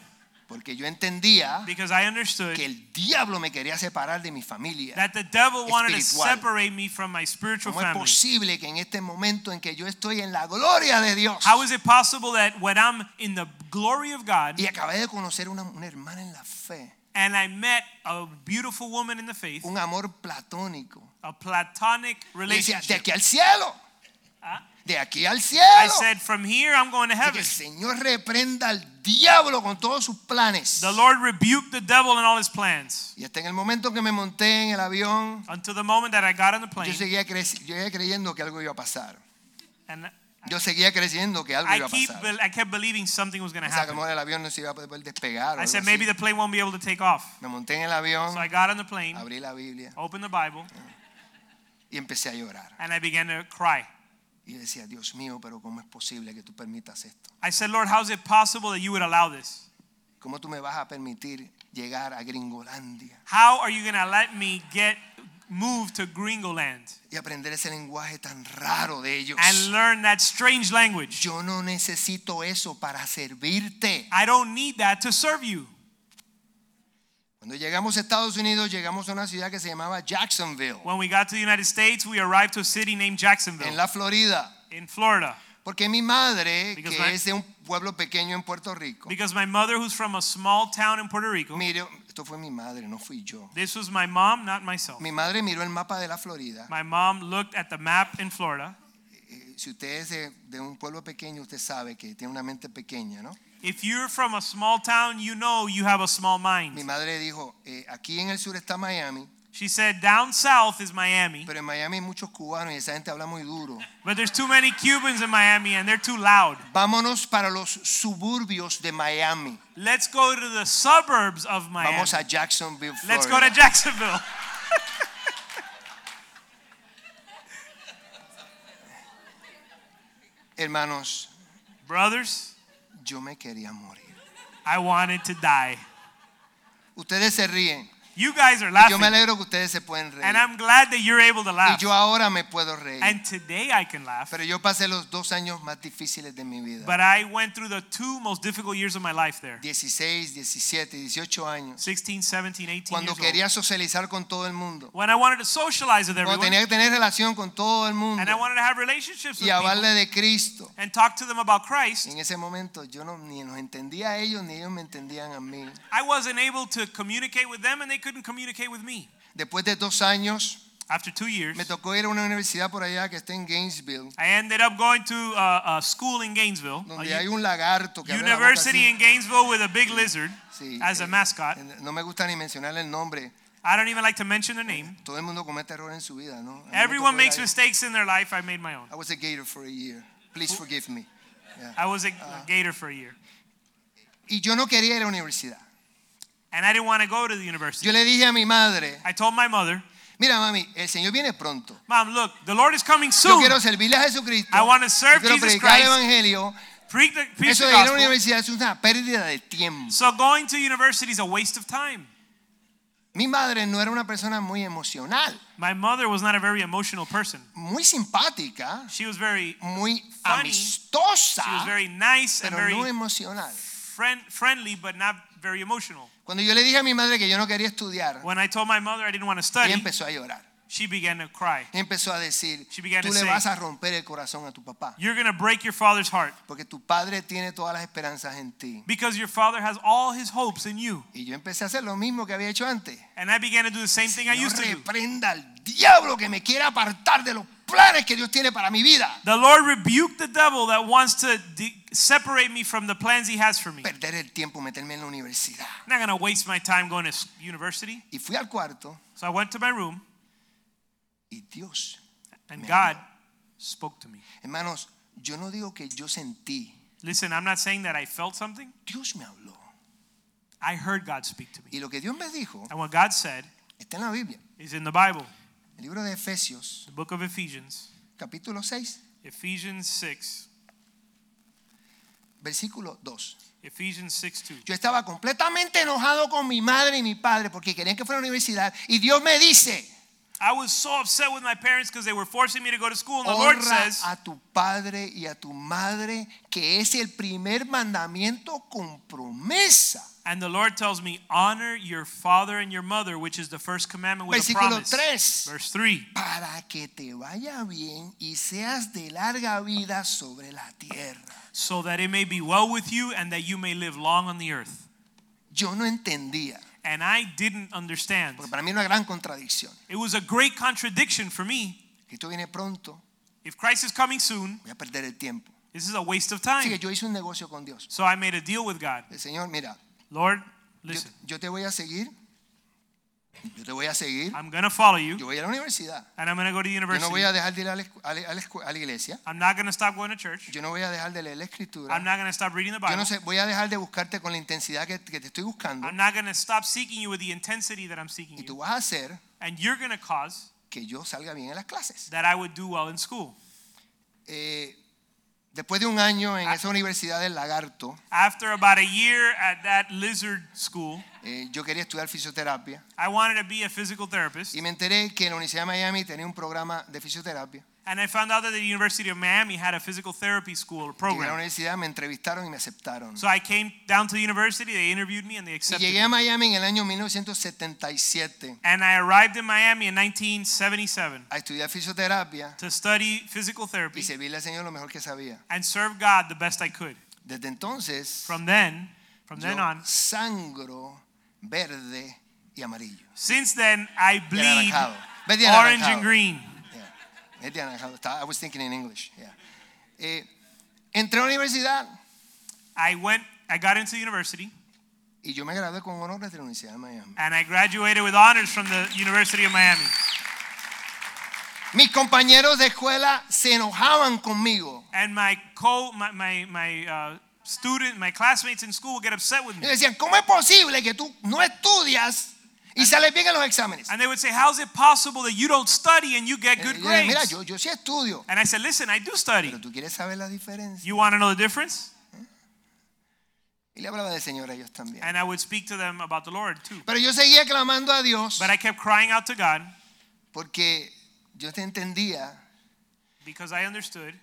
Speaker 1: porque yo entendía
Speaker 2: because I understood
Speaker 1: que el diablo me quería separar de mi familia.
Speaker 2: that the devil wanted to
Speaker 1: Espiritual.
Speaker 2: separate me from my spiritual
Speaker 1: ¿Cómo es
Speaker 2: family.
Speaker 1: posible que en este momento en que yo estoy en la gloria de Dios
Speaker 2: How is it possible that when I'm in the glory of God
Speaker 1: y acabé de conocer una, una hermana en la fe,
Speaker 2: and I met a beautiful woman in the faith,
Speaker 1: un amor platónico,
Speaker 2: a platonic
Speaker 1: Le decía, de
Speaker 2: relationship?
Speaker 1: aquí al cielo.
Speaker 2: Ah.
Speaker 1: De aquí al
Speaker 2: I
Speaker 1: cielo.
Speaker 2: said, From here, I'm going to
Speaker 1: Así que
Speaker 2: heaven.
Speaker 1: el Señor reprenda al diablo con todos sus planes.
Speaker 2: The Lord rebuked the devil and all his plans.
Speaker 1: Y hasta en el momento que me monté en el avión,
Speaker 2: Until the moment that I got on the
Speaker 1: yo
Speaker 2: plane,
Speaker 1: seguía, cre- yo seguía creyendo que algo iba a pasar.
Speaker 2: and
Speaker 1: Yo seguía creyendo que algo
Speaker 2: I,
Speaker 1: iba a
Speaker 2: keep,
Speaker 1: pasar.
Speaker 2: bel- I kept believing something was going to
Speaker 1: O sea, que a lo
Speaker 2: happen.
Speaker 1: mejor el avión no se iba a poder despegar. o
Speaker 2: I
Speaker 1: algo
Speaker 2: said,
Speaker 1: así.
Speaker 2: maybe the plane won't be able to take off.
Speaker 1: Me monté en el avión,
Speaker 2: So I got on the plane,
Speaker 1: abrí la Biblia
Speaker 2: opened the Bible,
Speaker 1: y empecé a llorar.
Speaker 2: and I began to cry.
Speaker 1: Y decía, Dios mío, pero ¿cómo es posible que tú permitas esto?
Speaker 2: I said, Lord, how is it possible that you would allow this?
Speaker 1: ¿Cómo tú me vas a permitir llegar a Gringolandia
Speaker 2: How are you going to let me get moved to Gringoland
Speaker 1: y aprender ese lenguaje tan raro de ellos?
Speaker 2: and learn that strange language?
Speaker 1: Yo no necesito eso para servirte.
Speaker 2: I don't need that to serve you.
Speaker 1: Cuando llegamos a Estados Unidos, llegamos a una ciudad que se llamaba Jacksonville,
Speaker 2: When we got to the United States, we arrived to a city named
Speaker 1: en
Speaker 2: Jacksonville
Speaker 1: la Florida.
Speaker 2: in Florida
Speaker 1: Porque mi madre,
Speaker 2: Because
Speaker 1: que
Speaker 2: my-
Speaker 1: es de un pueblo pequeño en Puerto Rico,
Speaker 2: because my mother, who's from a small town in Puerto Rico,
Speaker 1: miró, esto fue mi madre, no fui yo.
Speaker 2: this was my mom, not myself.
Speaker 1: Mi madre miró el mapa de la Florida.
Speaker 2: My mom looked at the map in Florida.
Speaker 1: Eh, Si usted es de, de un pueblo pequeño, usted sabe que tiene una mente pequeña, ¿no?
Speaker 2: If you're from a small town, you know you have a small
Speaker 1: Mi
Speaker 2: mind.
Speaker 1: madre dijo, eh, aquí en el sur está Miami,
Speaker 2: She said, down south is Miami,
Speaker 1: pero en Miami hay muchos cubanos y esa gente habla muy duro.
Speaker 2: but there's too many Cubans in Miami and they're too loud.
Speaker 1: Vámonos para los suburbios de Miami.
Speaker 2: Let's go to the suburbs of Miami.
Speaker 1: Vamos a Jacksonville, Florida.
Speaker 2: Let's go to Jacksonville.
Speaker 1: Hermanos,
Speaker 2: Brothers,
Speaker 1: yo me quería morir.
Speaker 2: I wanted to die.
Speaker 1: Ustedes se ríen.
Speaker 2: You guys
Speaker 1: Yo
Speaker 2: are
Speaker 1: me
Speaker 2: laughing.
Speaker 1: alegro que ustedes se pueden reír.
Speaker 2: And I'm glad that you're able to
Speaker 1: Y
Speaker 2: laugh.
Speaker 1: yo ahora me puedo reír.
Speaker 2: And today I can laugh.
Speaker 1: Pero yo pasé los dos años más difíciles de mi vida.
Speaker 2: But I went through the two most difficult years of my life there
Speaker 1: 16, 17, 18 años.
Speaker 2: 16, 17, 18
Speaker 1: Cuando
Speaker 2: years
Speaker 1: quería
Speaker 2: old.
Speaker 1: socializar con todo el mundo.
Speaker 2: When I wanted to socialize with
Speaker 1: Cuando
Speaker 2: everyone.
Speaker 1: tenía que tener relación con todo el mundo.
Speaker 2: And I wanted to have relationships with
Speaker 1: Y
Speaker 2: people
Speaker 1: hablarle de Cristo.
Speaker 2: and talk to them about Christ.
Speaker 1: En ese momento yo no, ni los entendía a ellos ni ellos me entendían a mí.
Speaker 2: I wasn't able to communicate with them and they couldn't communicate with me.
Speaker 1: Después de dos años
Speaker 2: After two years,
Speaker 1: me tocó ir a una universidad por allá que está en Gainesville,
Speaker 2: I ended up going to uh, a school in Gainesville, a
Speaker 1: donde hay un lagarto que abre la boca
Speaker 2: university
Speaker 1: así.
Speaker 2: in Gainesville with a big lizard
Speaker 1: Sí,
Speaker 2: as
Speaker 1: eh,
Speaker 2: a mascot.
Speaker 1: No me gusta ni mencionar el nombre.
Speaker 2: I don't even like to mention their name.
Speaker 1: Todo el mundo comete error en su vida, ¿no? A mí me
Speaker 2: Everyone
Speaker 1: tocó ir
Speaker 2: makes
Speaker 1: ahí.
Speaker 2: mistakes in their life. I made my own.
Speaker 1: I was a gator for a year. Please forgive me.
Speaker 2: I was a
Speaker 1: Ah.
Speaker 2: gator for a year.
Speaker 1: Y yo no quería ir a la universidad.
Speaker 2: And I didn't want to go to the university.
Speaker 1: Yo le dije a mi madre,
Speaker 2: I told my mother,
Speaker 1: mira mami, el Señor viene pronto.
Speaker 2: Mom, look, the Lord is coming
Speaker 1: Yo
Speaker 2: soon.
Speaker 1: quiero servirle a Jesucristo.
Speaker 2: I wanna serve
Speaker 1: yo quiero
Speaker 2: Jesus
Speaker 1: predicar el
Speaker 2: Christ.
Speaker 1: Evangelio.
Speaker 2: Preach the, preach
Speaker 1: Eso de
Speaker 2: the
Speaker 1: ir a la
Speaker 2: gospel.
Speaker 1: universidad es una pérdida de tiempo.
Speaker 2: So going to university is a waste of time.
Speaker 1: Mi madre no era una persona muy emocional,
Speaker 2: My mother was not a very emotional person.
Speaker 1: muy simpática,
Speaker 2: She was very,
Speaker 1: muy
Speaker 2: she was
Speaker 1: amistosa,
Speaker 2: very nice and
Speaker 1: Ah. pero
Speaker 2: very
Speaker 1: no emocional.
Speaker 2: friend, friendly, but not very emotional.
Speaker 1: Cuando yo le dije a mi madre que yo no quería estudiar,
Speaker 2: When I told my mother I didn't want to
Speaker 1: ella
Speaker 2: study,
Speaker 1: empezó a llorar.
Speaker 2: she began to cry.
Speaker 1: Ella empezó a decir,
Speaker 2: She began
Speaker 1: tú
Speaker 2: to
Speaker 1: le
Speaker 2: say-
Speaker 1: vas a romper el corazón a tu papá,
Speaker 2: You're going to break your father's heart
Speaker 1: porque tu padre tiene todas las esperanzas en ti.
Speaker 2: because your father has all his hopes in you.
Speaker 1: Y yo empecé a hacer lo mismo que había hecho antes.
Speaker 2: And I began to do the same thing I
Speaker 1: Yo
Speaker 2: used to do.
Speaker 1: reprenda al diablo que me quiera apartar de los planes que Dios tiene para mi vida.
Speaker 2: The Lord rebuked the devil that wants to de- separate me from the plans he has for me. I'm
Speaker 1: Perder el tiempo, meterme en la universidad.
Speaker 2: not going to waste my time going to s- university.
Speaker 1: Y fui al cuarto
Speaker 2: So I went to my room
Speaker 1: y Dios,
Speaker 2: and
Speaker 1: Me
Speaker 2: God spoke to me.
Speaker 1: hermanos, yo no digo que yo sentí,
Speaker 2: Listen, I'm not saying that I felt something.
Speaker 1: Dios me habló.
Speaker 2: I heard God speak to me.
Speaker 1: Y lo que Dios me dijo
Speaker 2: And what God said
Speaker 1: está en la Biblia,
Speaker 2: is in the Bible,
Speaker 1: el libro de Efesios,
Speaker 2: the book of Ephesians,
Speaker 1: capítulo 6,
Speaker 2: Ephesians 6,
Speaker 1: versículo 2.
Speaker 2: Ephesians 6 2.
Speaker 1: Yo estaba completamente enojado con mi madre y mi padre porque querían que fuera a la universidad. Y Dios me dice,
Speaker 2: I was so upset with my parents because they were forcing me to go to school. And the Lord
Speaker 1: honra
Speaker 2: says,
Speaker 1: a tu padre y a tu madre, que es el primer mandamiento con promesa.
Speaker 2: and the Lord tells me, honor your father and your mother, which is the first commandment with a
Speaker 1: Versículo
Speaker 2: promise.
Speaker 1: tres.
Speaker 2: Verse 3.
Speaker 1: Para que te vaya bien y seas de larga vida sobre la tierra.
Speaker 2: So that it may be well with you and that you may live long on the earth.
Speaker 1: Yo no entendía,
Speaker 2: And I didn't understand.
Speaker 1: porque para mí era una gran contradicción.
Speaker 2: It was a great contradiction for me.
Speaker 1: Cristo viene pronto,
Speaker 2: If Christ is coming soon,
Speaker 1: voy a perder el tiempo.
Speaker 2: this is a waste of
Speaker 1: Así que
Speaker 2: time.
Speaker 1: yo hice un negocio con Dios.
Speaker 2: So I made a deal with God.
Speaker 1: El Señor, mira,
Speaker 2: Lord,
Speaker 1: yo,
Speaker 2: listen,
Speaker 1: yo te voy a seguir, yo te voy a seguir,
Speaker 2: I'm going to follow you
Speaker 1: yo voy a la universidad.
Speaker 2: and I'm going to go to
Speaker 1: Yo no voy
Speaker 2: university.
Speaker 1: a dejar de ir a la, escu- a la- a la escu- a la iglesia.
Speaker 2: I'm not going to stop going to church.
Speaker 1: Yo no voy a dejar de leer la escritura.
Speaker 2: I'm not going to stop reading the
Speaker 1: Yo
Speaker 2: Bible.
Speaker 1: no sé, voy a dejar de buscarte con la intensidad que, que te estoy buscando.
Speaker 2: I'm not going to stop seeking you with the intensity that I'm seeking
Speaker 1: Y tú
Speaker 2: you.
Speaker 1: vas a hacer
Speaker 2: And you're going to cause
Speaker 1: que yo salga bien en las clases.
Speaker 2: that I would do well in school.
Speaker 1: Eh, después de un año
Speaker 2: Ah.
Speaker 1: en esa universidad del lagarto,
Speaker 2: After about a year at that lizard school,
Speaker 1: eh, yo quería estudiar fisioterapia.
Speaker 2: I wanted to be a physical therapist.
Speaker 1: Y me enteré que en la Universidad de Miami tenía un programa de fisioterapia.
Speaker 2: And I found out that the University of Miami had a physical therapy school
Speaker 1: Y en
Speaker 2: or
Speaker 1: la
Speaker 2: program.
Speaker 1: universidad me entrevistaron y me aceptaron.
Speaker 2: So I came down to the university, they interviewed me, and they
Speaker 1: Y
Speaker 2: accepted
Speaker 1: llegué
Speaker 2: me.
Speaker 1: a Miami en el año 1977
Speaker 2: And I arrived in Miami in 1977
Speaker 1: a estudiar fisioterapia
Speaker 2: to study physical
Speaker 1: y
Speaker 2: therapy
Speaker 1: servirle al Señor lo mejor que sabía.
Speaker 2: and serve God the best I could.
Speaker 1: Desde entonces,
Speaker 2: From then, from then on,
Speaker 1: yo sangro verde y amarillo.
Speaker 2: since then I bleed
Speaker 1: anaranjado. Verde y
Speaker 2: orange
Speaker 1: anaranjado.
Speaker 2: and green.
Speaker 1: Yeah. Maybe I don't have- I was thinking in English. Yeah. Eh, entré a la universidad
Speaker 2: I went, I got into university
Speaker 1: y yo me gradué con honores de la Universidad de Miami.
Speaker 2: and I graduated with honors from the University of Miami.
Speaker 1: Mis compañeros de escuela se enojaban conmigo.
Speaker 2: And my co, my, my, my uh, student, my classmates in school would get upset with
Speaker 1: Y
Speaker 2: me.
Speaker 1: decían, ¿cómo es posible que tú no estudias y sales bien en los exámenes?
Speaker 2: And they would say, how's it possible that you don't study and you get
Speaker 1: Y
Speaker 2: good
Speaker 1: yo dije, Eh, Mira,
Speaker 2: grades?
Speaker 1: yo, yo sí estudio,
Speaker 2: And I said, listen, I do study.
Speaker 1: pero tú quieres saber la diferencia.
Speaker 2: You want to know the difference?
Speaker 1: Y le hablaba del Señor a ellos también.
Speaker 2: and I would speak to them about the Lord too.
Speaker 1: Pero yo seguía clamando a Dios
Speaker 2: But I kept crying out to God
Speaker 1: porque yo te entendía
Speaker 2: because I understood.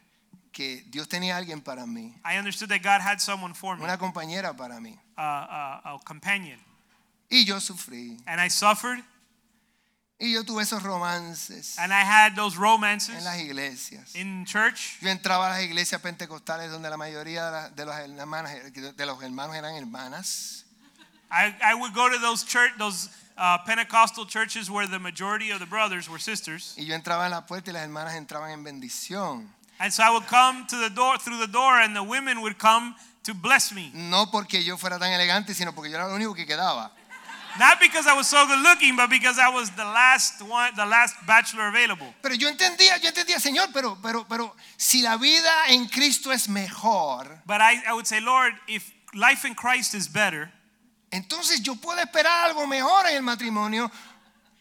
Speaker 1: que Dios tenía alguien para mí,
Speaker 2: I understood that God had someone for me,
Speaker 1: una compañera para mí.
Speaker 2: uh, uh, a companion.
Speaker 1: Y yo sufrí,
Speaker 2: And I suffered,
Speaker 1: y yo tuve esos romances
Speaker 2: and I had those romances
Speaker 1: en las iglesias.
Speaker 2: in church.
Speaker 1: Yo entraba a las iglesias pentecostales donde la mayoría de, las- de los, hermanas, de los hermanos eran hermanas.
Speaker 2: I, I would go to those church, those uh, Pentecostal churches where the majority of the brothers were sisters.
Speaker 1: Y yo entraba en la puerta y las hermanas entraban en bendición.
Speaker 2: And so I would come to the door through the door, and the women would come to bless me.
Speaker 1: No porque yo fuera tan elegante, sino porque yo era lo único que quedaba.
Speaker 2: Not because I was so good looking, but because I was the last one, the last bachelor available.
Speaker 1: Pero yo entendía, yo entendía, Señor, pero, pero, pero si la vida en Cristo es mejor,
Speaker 2: But I, I would say, Lord, if life in Christ is better,
Speaker 1: entonces yo puedo esperar algo mejor en el matrimonio.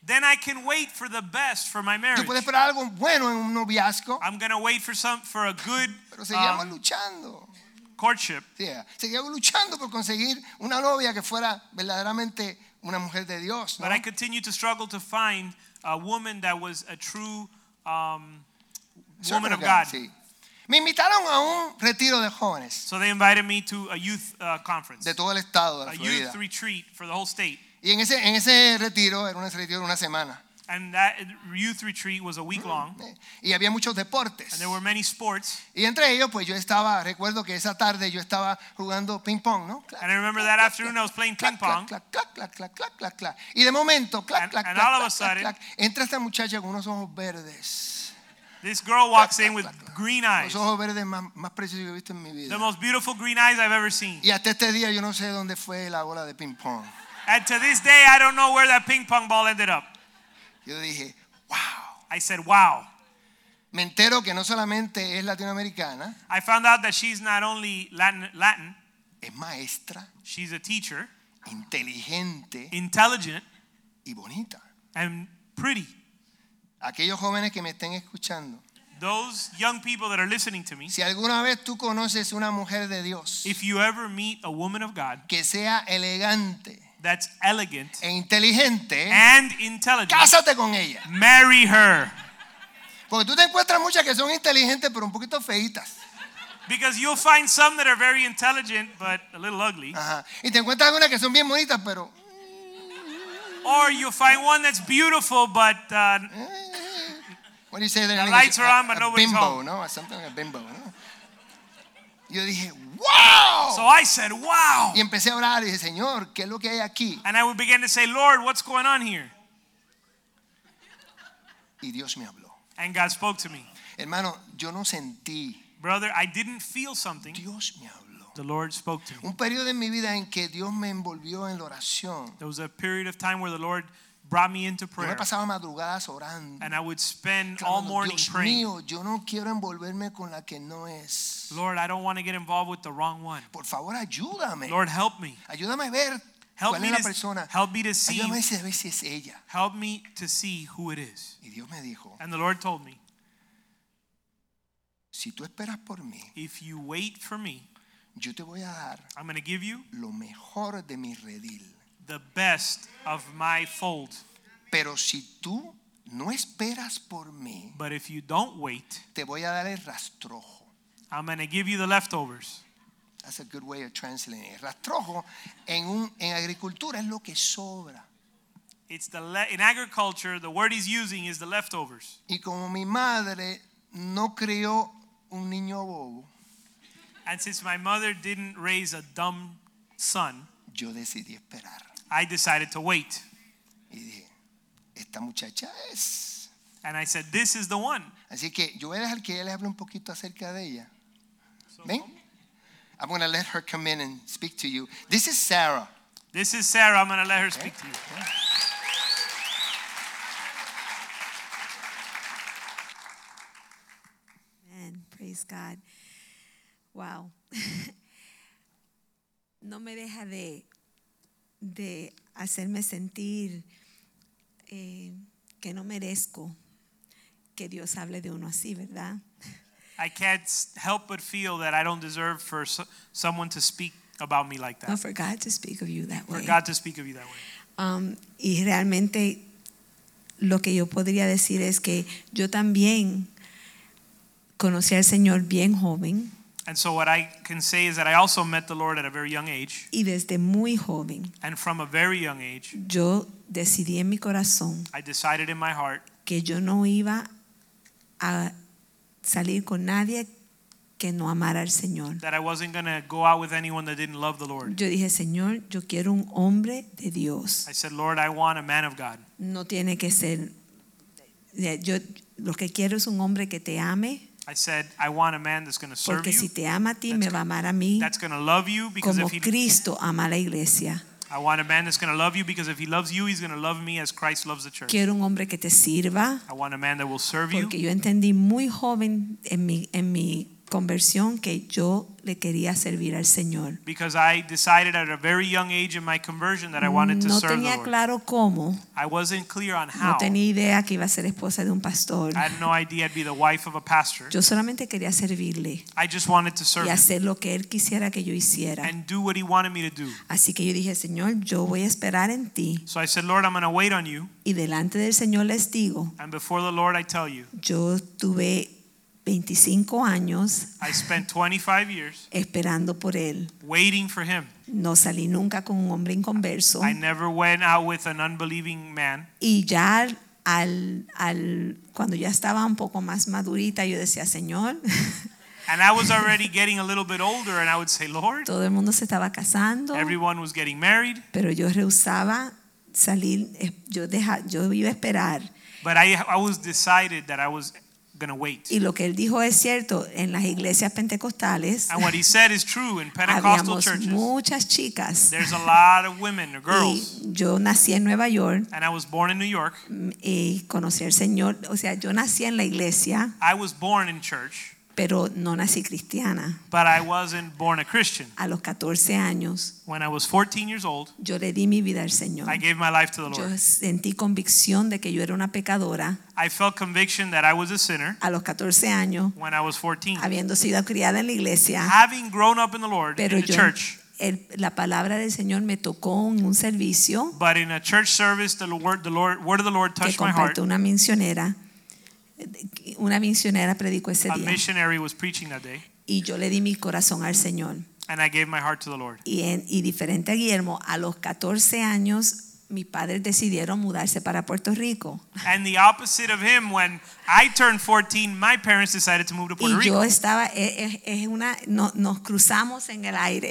Speaker 2: then I can wait for the best for my
Speaker 1: Yo
Speaker 2: marriage.
Speaker 1: puedo esperar algo bueno en un noviazgo.
Speaker 2: I'm gonna wait for some for a good
Speaker 1: Pero seguíamos
Speaker 2: um,
Speaker 1: luchando.
Speaker 2: courtship.
Speaker 1: Yeah. Seguíamos luchando por conseguir una novia que fuera verdaderamente una mujer de Dios. ¿no?
Speaker 2: But I continued to struggle to find a woman that was a true um, woman of God.
Speaker 1: Sí. Me invitaron a un retiro de jóvenes
Speaker 2: So they invited me to a youth uh, conference,
Speaker 1: de todo el estado de la
Speaker 2: a
Speaker 1: Florida.
Speaker 2: youth retreat for the whole state.
Speaker 1: Y en ese, en ese retiro, era un retiro de una semana.
Speaker 2: And that youth retreat was a week long,
Speaker 1: eh, Y había muchos deportes.
Speaker 2: and there were many sports.
Speaker 1: Y entre ellos, pues yo estaba, recuerdo que esa tarde yo estaba jugando ping pong, ¿no? Clac,
Speaker 2: And I remember
Speaker 1: clac,
Speaker 2: that
Speaker 1: clac,
Speaker 2: afternoon I was playing
Speaker 1: clac,
Speaker 2: ping pong. <laughs>
Speaker 1: clac, clac, clac, clac, clac, clac, clac. Y de momento, clac,
Speaker 2: And-
Speaker 1: clac,
Speaker 2: and
Speaker 1: clac,
Speaker 2: all of a
Speaker 1: clac, clac,
Speaker 2: sudden-
Speaker 1: clac, entra esta muchacha con unos ojos verdes.
Speaker 2: This girl walks in with green eyes,
Speaker 1: Los ojos verdes más, más preciosos que he visto en mi vida.
Speaker 2: the most beautiful green eyes I've ever seen.
Speaker 1: Y hasta este día yo no sé dónde fue la bola de ping pong.
Speaker 2: And to this day, I don't know where that ping pong ball ended up.
Speaker 1: Yo dije, wow.
Speaker 2: I said, wow.
Speaker 1: Me entero que no solamente es latinoamericana,
Speaker 2: I found out that she's not only Latin, Latin
Speaker 1: es maestra,
Speaker 2: she's a teacher,
Speaker 1: inteligente
Speaker 2: intelligent,
Speaker 1: y bonita.
Speaker 2: and pretty.
Speaker 1: Aquellos jóvenes que me estén escuchando,
Speaker 2: Those young people that are listening to me,
Speaker 1: si alguna vez tú conoces una mujer de Dios,
Speaker 2: if you ever meet a woman of God
Speaker 1: que sea elegante
Speaker 2: that's elegant
Speaker 1: e inteligente,
Speaker 2: and intelligent,
Speaker 1: cásate con ella.
Speaker 2: marry her.
Speaker 1: Porque tú te encuentras muchas que son inteligentes, pero un poquito feitas.
Speaker 2: Because you'll find some that are very intelligent but a little ugly,
Speaker 1: Ajá. Y te encuentras algunas que son bien bonitas, pero.
Speaker 2: or you'll find one that's beautiful but uh,
Speaker 1: eh, What do you say there in
Speaker 2: The
Speaker 1: English?
Speaker 2: lights are on, but
Speaker 1: A- a
Speaker 2: nobody's
Speaker 1: bimbo,
Speaker 2: home.
Speaker 1: ¿no? Something like a bimbo, ¿no? Yo dije, ¡Wow!
Speaker 2: so I said, wow.
Speaker 1: y empecé a orar y dije, Señor, ¿qué es lo que hay aquí?
Speaker 2: And I would begin to say, Lord, what's going on here?
Speaker 1: Y Dios me habló.
Speaker 2: And God spoke to me.
Speaker 1: Hermano, yo no sentí.
Speaker 2: Brother, I didn't feel something.
Speaker 1: Dios me habló.
Speaker 2: The Lord spoke to me.
Speaker 1: Un periodo en mi vida en que Dios me envolvió en la oración.
Speaker 2: There was a period of time where the Lord brought me into
Speaker 1: Yo me
Speaker 2: prayer,
Speaker 1: pasaba madrugadas orando.
Speaker 2: and I would spend all
Speaker 1: clamando,
Speaker 2: morning
Speaker 1: Dios
Speaker 2: praying.
Speaker 1: mío, yo no quiero envolverme con la que no es.
Speaker 2: Lord, I don't want to get involved with the wrong one.
Speaker 1: Por favor, ayúdame.
Speaker 2: Lord, help me.
Speaker 1: ayúdame a ver
Speaker 2: Help
Speaker 1: cuál
Speaker 2: me
Speaker 1: es la
Speaker 2: to,
Speaker 1: persona.
Speaker 2: help me to see.
Speaker 1: Ayúdame a ver si es ella.
Speaker 2: Help me to see who it is.
Speaker 1: Y Dios me dijo,
Speaker 2: And the Lord told me,
Speaker 1: si tú esperas por mí,
Speaker 2: if you wait for me,
Speaker 1: yo te voy a dar
Speaker 2: I'm going to give you
Speaker 1: lo mejor de mi redil.
Speaker 2: the best of my fold.
Speaker 1: Pero si tú no esperas por mí,
Speaker 2: But if you don't wait,
Speaker 1: te voy a dar el rastrojo.
Speaker 2: I'm going to give you the leftovers.
Speaker 1: That's a good way of translating. it. El rastrojo en, un- en agricultura es lo que sobra.
Speaker 2: It's the le- in agriculture, the word he's using is the leftovers.
Speaker 1: Y como mi madre no crió un niño bobo,
Speaker 2: And since my mother didn't raise a dumb son,
Speaker 1: yo decidí esperar.
Speaker 2: I decided to wait.
Speaker 1: Y dije, esta muchacha es.
Speaker 2: And I said, This is the one.
Speaker 1: Así que yo voy a dejar que ella les hable un poquito acerca de ella. ¿Ven? I'm going to let her come in and speak to you. This is Sarah.
Speaker 2: This is Sarah. I'm going to let her speak to you.
Speaker 3: Amen. Praise God. Wow. <laughs> no me deja de, de hacerme sentir eh, que no merezco que Dios hable de uno así, ¿verdad?
Speaker 2: I can't s- help but feel that I don't deserve for so- someone to speak about me like
Speaker 3: or
Speaker 2: that,
Speaker 3: for God to speak of you that
Speaker 2: for
Speaker 3: way.
Speaker 2: God to speak of you that way.
Speaker 3: Um, y realmente lo que yo podría decir es que yo también conocí al Señor bien joven
Speaker 2: And so, what I can say is that I also met the Lord at a very young age.
Speaker 3: y desde muy joven
Speaker 2: And from a very young age,
Speaker 3: yo decidí en mi corazón
Speaker 2: I decided in my heart
Speaker 3: que yo no iba a salir con nadie que no amara al Señor.
Speaker 2: that I wasn't going to go out with anyone that didn't love the Lord.
Speaker 3: Yo dije, Señor, yo quiero un hombre de Dios.
Speaker 2: I said, Lord, I want a man of God.
Speaker 3: No tiene que ser, yo lo que quiero es un hombre que te ame,
Speaker 2: I said, I want a man that's going to serve
Speaker 3: porque si
Speaker 2: you,
Speaker 3: te ama a ti,
Speaker 2: That's
Speaker 3: me va a amar a mí.
Speaker 2: that's going to love you, because
Speaker 3: como
Speaker 2: if he,
Speaker 3: Cristo ama a la iglesia.
Speaker 2: I want a man that's going to love you, because if he loves you, he's going to love me as Christ loves the church.
Speaker 3: Quiero un hombre que te sirva,
Speaker 2: I want a man that will serve you.
Speaker 3: porque yo entendí muy joven en mi, en mi conversión que yo le quería servir al Señor.
Speaker 2: Because I decided at a very young age in my conversion that I wanted to
Speaker 3: No
Speaker 2: serve the
Speaker 3: tenía
Speaker 2: Lord.
Speaker 3: claro cómo,
Speaker 2: I wasn't clear on how.
Speaker 3: no tenía idea que iba a ser esposa de un pastor.
Speaker 2: I had no idea I'd be the wife of a pastor.
Speaker 3: Yo solamente quería servirle
Speaker 2: I just wanted to serve
Speaker 3: y
Speaker 2: him
Speaker 3: hacer lo que él quisiera que yo hiciera.
Speaker 2: and do what he wanted me to do.
Speaker 3: Así que yo dije, Señor, yo voy a esperar en ti.
Speaker 2: So I said, Lord, I'm going to wait on you.
Speaker 3: Y delante del Señor les digo,
Speaker 2: And before the Lord, I tell you,
Speaker 3: yo tuve 25 años
Speaker 2: I spent 25 years
Speaker 3: esperando por él.
Speaker 2: waiting for him.
Speaker 3: No salí nunca con un hombre inconverso.
Speaker 2: I never went out with an unbelieving man.
Speaker 3: Y ya al, al- cuando ya estaba un poco más madurita, yo decía, Señor, <laughs>
Speaker 2: And I was already getting a little bit older, and I would say, Lord,
Speaker 3: todo el mundo se estaba casando,
Speaker 2: everyone was getting married,
Speaker 3: pero yo rehusaba salir, eh, yo, deja, yo iba a esperar.
Speaker 2: but I, I was decided that I was going to wait.
Speaker 3: Y lo que él dijo es cierto, en las iglesias pentecostales
Speaker 2: And what he said is true in Pentecostal
Speaker 3: habíamos
Speaker 2: churches.
Speaker 3: muchas chicas.
Speaker 2: There's a lot of women or
Speaker 3: Y
Speaker 2: girls.
Speaker 3: yo nací en Nueva York
Speaker 2: And I was born in New York.
Speaker 3: mm, y conocí al Señor, o sea, yo nací en la iglesia,
Speaker 2: I was born in church,
Speaker 3: pero no nací cristiana.
Speaker 2: but I wasn't born a Christian.
Speaker 3: A los 14 años
Speaker 2: When I was 14 years old,
Speaker 3: Yo le di mi vida al Señor.
Speaker 2: I gave my life to the Lord.
Speaker 3: Yo sentí convicción de que yo era una pecadora
Speaker 2: I felt conviction that I was a sinner
Speaker 3: a los 14 años,
Speaker 2: when I was 14.
Speaker 3: habiendo sido criada en la iglesia,
Speaker 2: Having grown up in the Lord, in
Speaker 3: pero
Speaker 2: the
Speaker 3: yo
Speaker 2: church,
Speaker 3: el- la palabra del Señor me tocó en un servicio
Speaker 2: but in a church service, the word, the Lord, word of the Lord
Speaker 3: que
Speaker 2: touched my heart.
Speaker 3: compartió una misionera. Una misionera predicó ese
Speaker 2: A
Speaker 3: día
Speaker 2: missionary was preaching that day,
Speaker 3: y yo le di mi corazón al Señor.
Speaker 2: and I gave my heart to the Lord.
Speaker 3: Y, en- y diferente a Guillermo, a los 14 años mis padres decidieron mudarse para Puerto Rico
Speaker 2: And the opposite of him, when I turned 14, my parents decided to move to Puerto
Speaker 3: y yo
Speaker 2: Rico.
Speaker 3: estaba es, es- es una no- nos cruzamos en
Speaker 2: <laughs>
Speaker 3: el aire.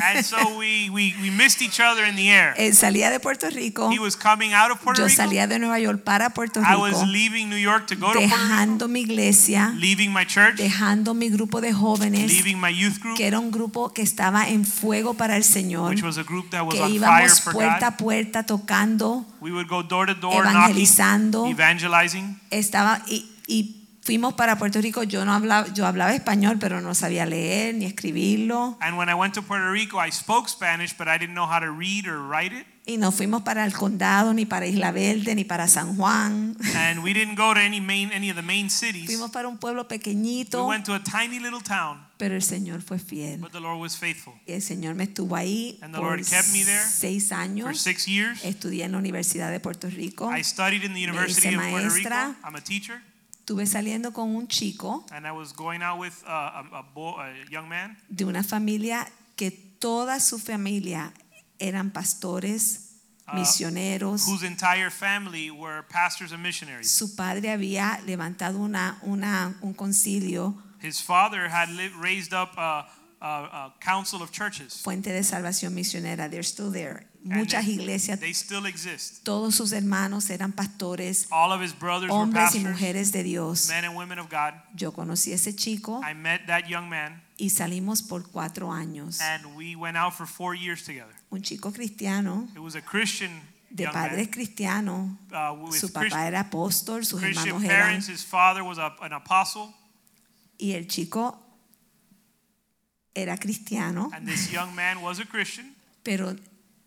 Speaker 2: A- and so we, we, we missed each other in the air.
Speaker 3: Él Eh, salía de Puerto Rico,
Speaker 2: He was coming out of Puerto
Speaker 3: yo
Speaker 2: Rico.
Speaker 3: salía de Nueva York para Puerto
Speaker 2: I was
Speaker 3: Rico,
Speaker 2: leaving New York to go to Puerto Rico,
Speaker 3: dejando mi iglesia,
Speaker 2: leaving my church,
Speaker 3: dejando mi grupo de jóvenes,
Speaker 2: leaving my youth group,
Speaker 3: que era un grupo que estaba en fuego para el Señor,
Speaker 2: which was a group that was
Speaker 3: que
Speaker 2: on fire
Speaker 3: íbamos
Speaker 2: for
Speaker 3: puerta
Speaker 2: God.
Speaker 3: a puerta tocando,
Speaker 2: We would go door to door, knocking,
Speaker 3: evangelizando,
Speaker 2: evangelizing.
Speaker 3: estaba y, y fuimos para Puerto Rico, yo no hablaba, yo hablaba español, pero no sabía leer ni escribirlo,
Speaker 2: And when I went to Puerto Rico, I spoke Spanish, but I didn't know how to read or write it.
Speaker 3: y no fuimos para el condado, ni para Isla Verde, ni para San Juan, <laughs>
Speaker 2: And we didn't go to any main any of the main cities.
Speaker 3: fuimos para un pueblo
Speaker 2: We
Speaker 3: pequeñito,
Speaker 2: went to a tiny little town,
Speaker 3: pero el Señor fue fiel.
Speaker 2: but the Lord was faithful.
Speaker 3: Y el Señor me estuvo ahí
Speaker 2: And the
Speaker 3: por
Speaker 2: Lord kept me there
Speaker 3: seis
Speaker 2: For
Speaker 3: años.
Speaker 2: six years,
Speaker 3: Estudié en la Universidad de Puerto Rico.
Speaker 2: I studied in the University of Puerto Rico.
Speaker 3: maestra.
Speaker 2: I'm a teacher,
Speaker 3: Estuve saliendo con un chico
Speaker 2: and I was going out with uh, a, a, boy, a young man
Speaker 3: de una familia que toda su familia eran pastores,
Speaker 2: Ah,
Speaker 3: misioneros.
Speaker 2: whose entire family were pastors and missionaries.
Speaker 3: Su padre había levantado una, una, un concilio,
Speaker 2: His father had li- raised up a, a, a council of churches.
Speaker 3: Fuente de Salvación Misionera. They're still there.
Speaker 2: And
Speaker 3: Muchas
Speaker 2: they-
Speaker 3: iglesias,
Speaker 2: They still exist.
Speaker 3: todos sus hermanos eran pastores,
Speaker 2: All of his brothers were
Speaker 3: hombres y
Speaker 2: pastors,
Speaker 3: mujeres de Dios.
Speaker 2: men and women of God.
Speaker 3: Yo conocí a ese chico
Speaker 2: I met that young man,
Speaker 3: y salimos por cuatro años.
Speaker 2: and we went out for four years together.
Speaker 3: un chico cristiano,
Speaker 2: It was a Christian
Speaker 3: de
Speaker 2: young
Speaker 3: padres
Speaker 2: man.
Speaker 3: cristianos.
Speaker 2: Uh, with
Speaker 3: Su
Speaker 2: Christ-
Speaker 3: papá era apóstol, sus
Speaker 2: Christian
Speaker 3: hermanos eran.
Speaker 2: parents, his father was a, an apostle,
Speaker 3: Y el chico era cristiano,
Speaker 2: and this young man was a Christian,
Speaker 3: pero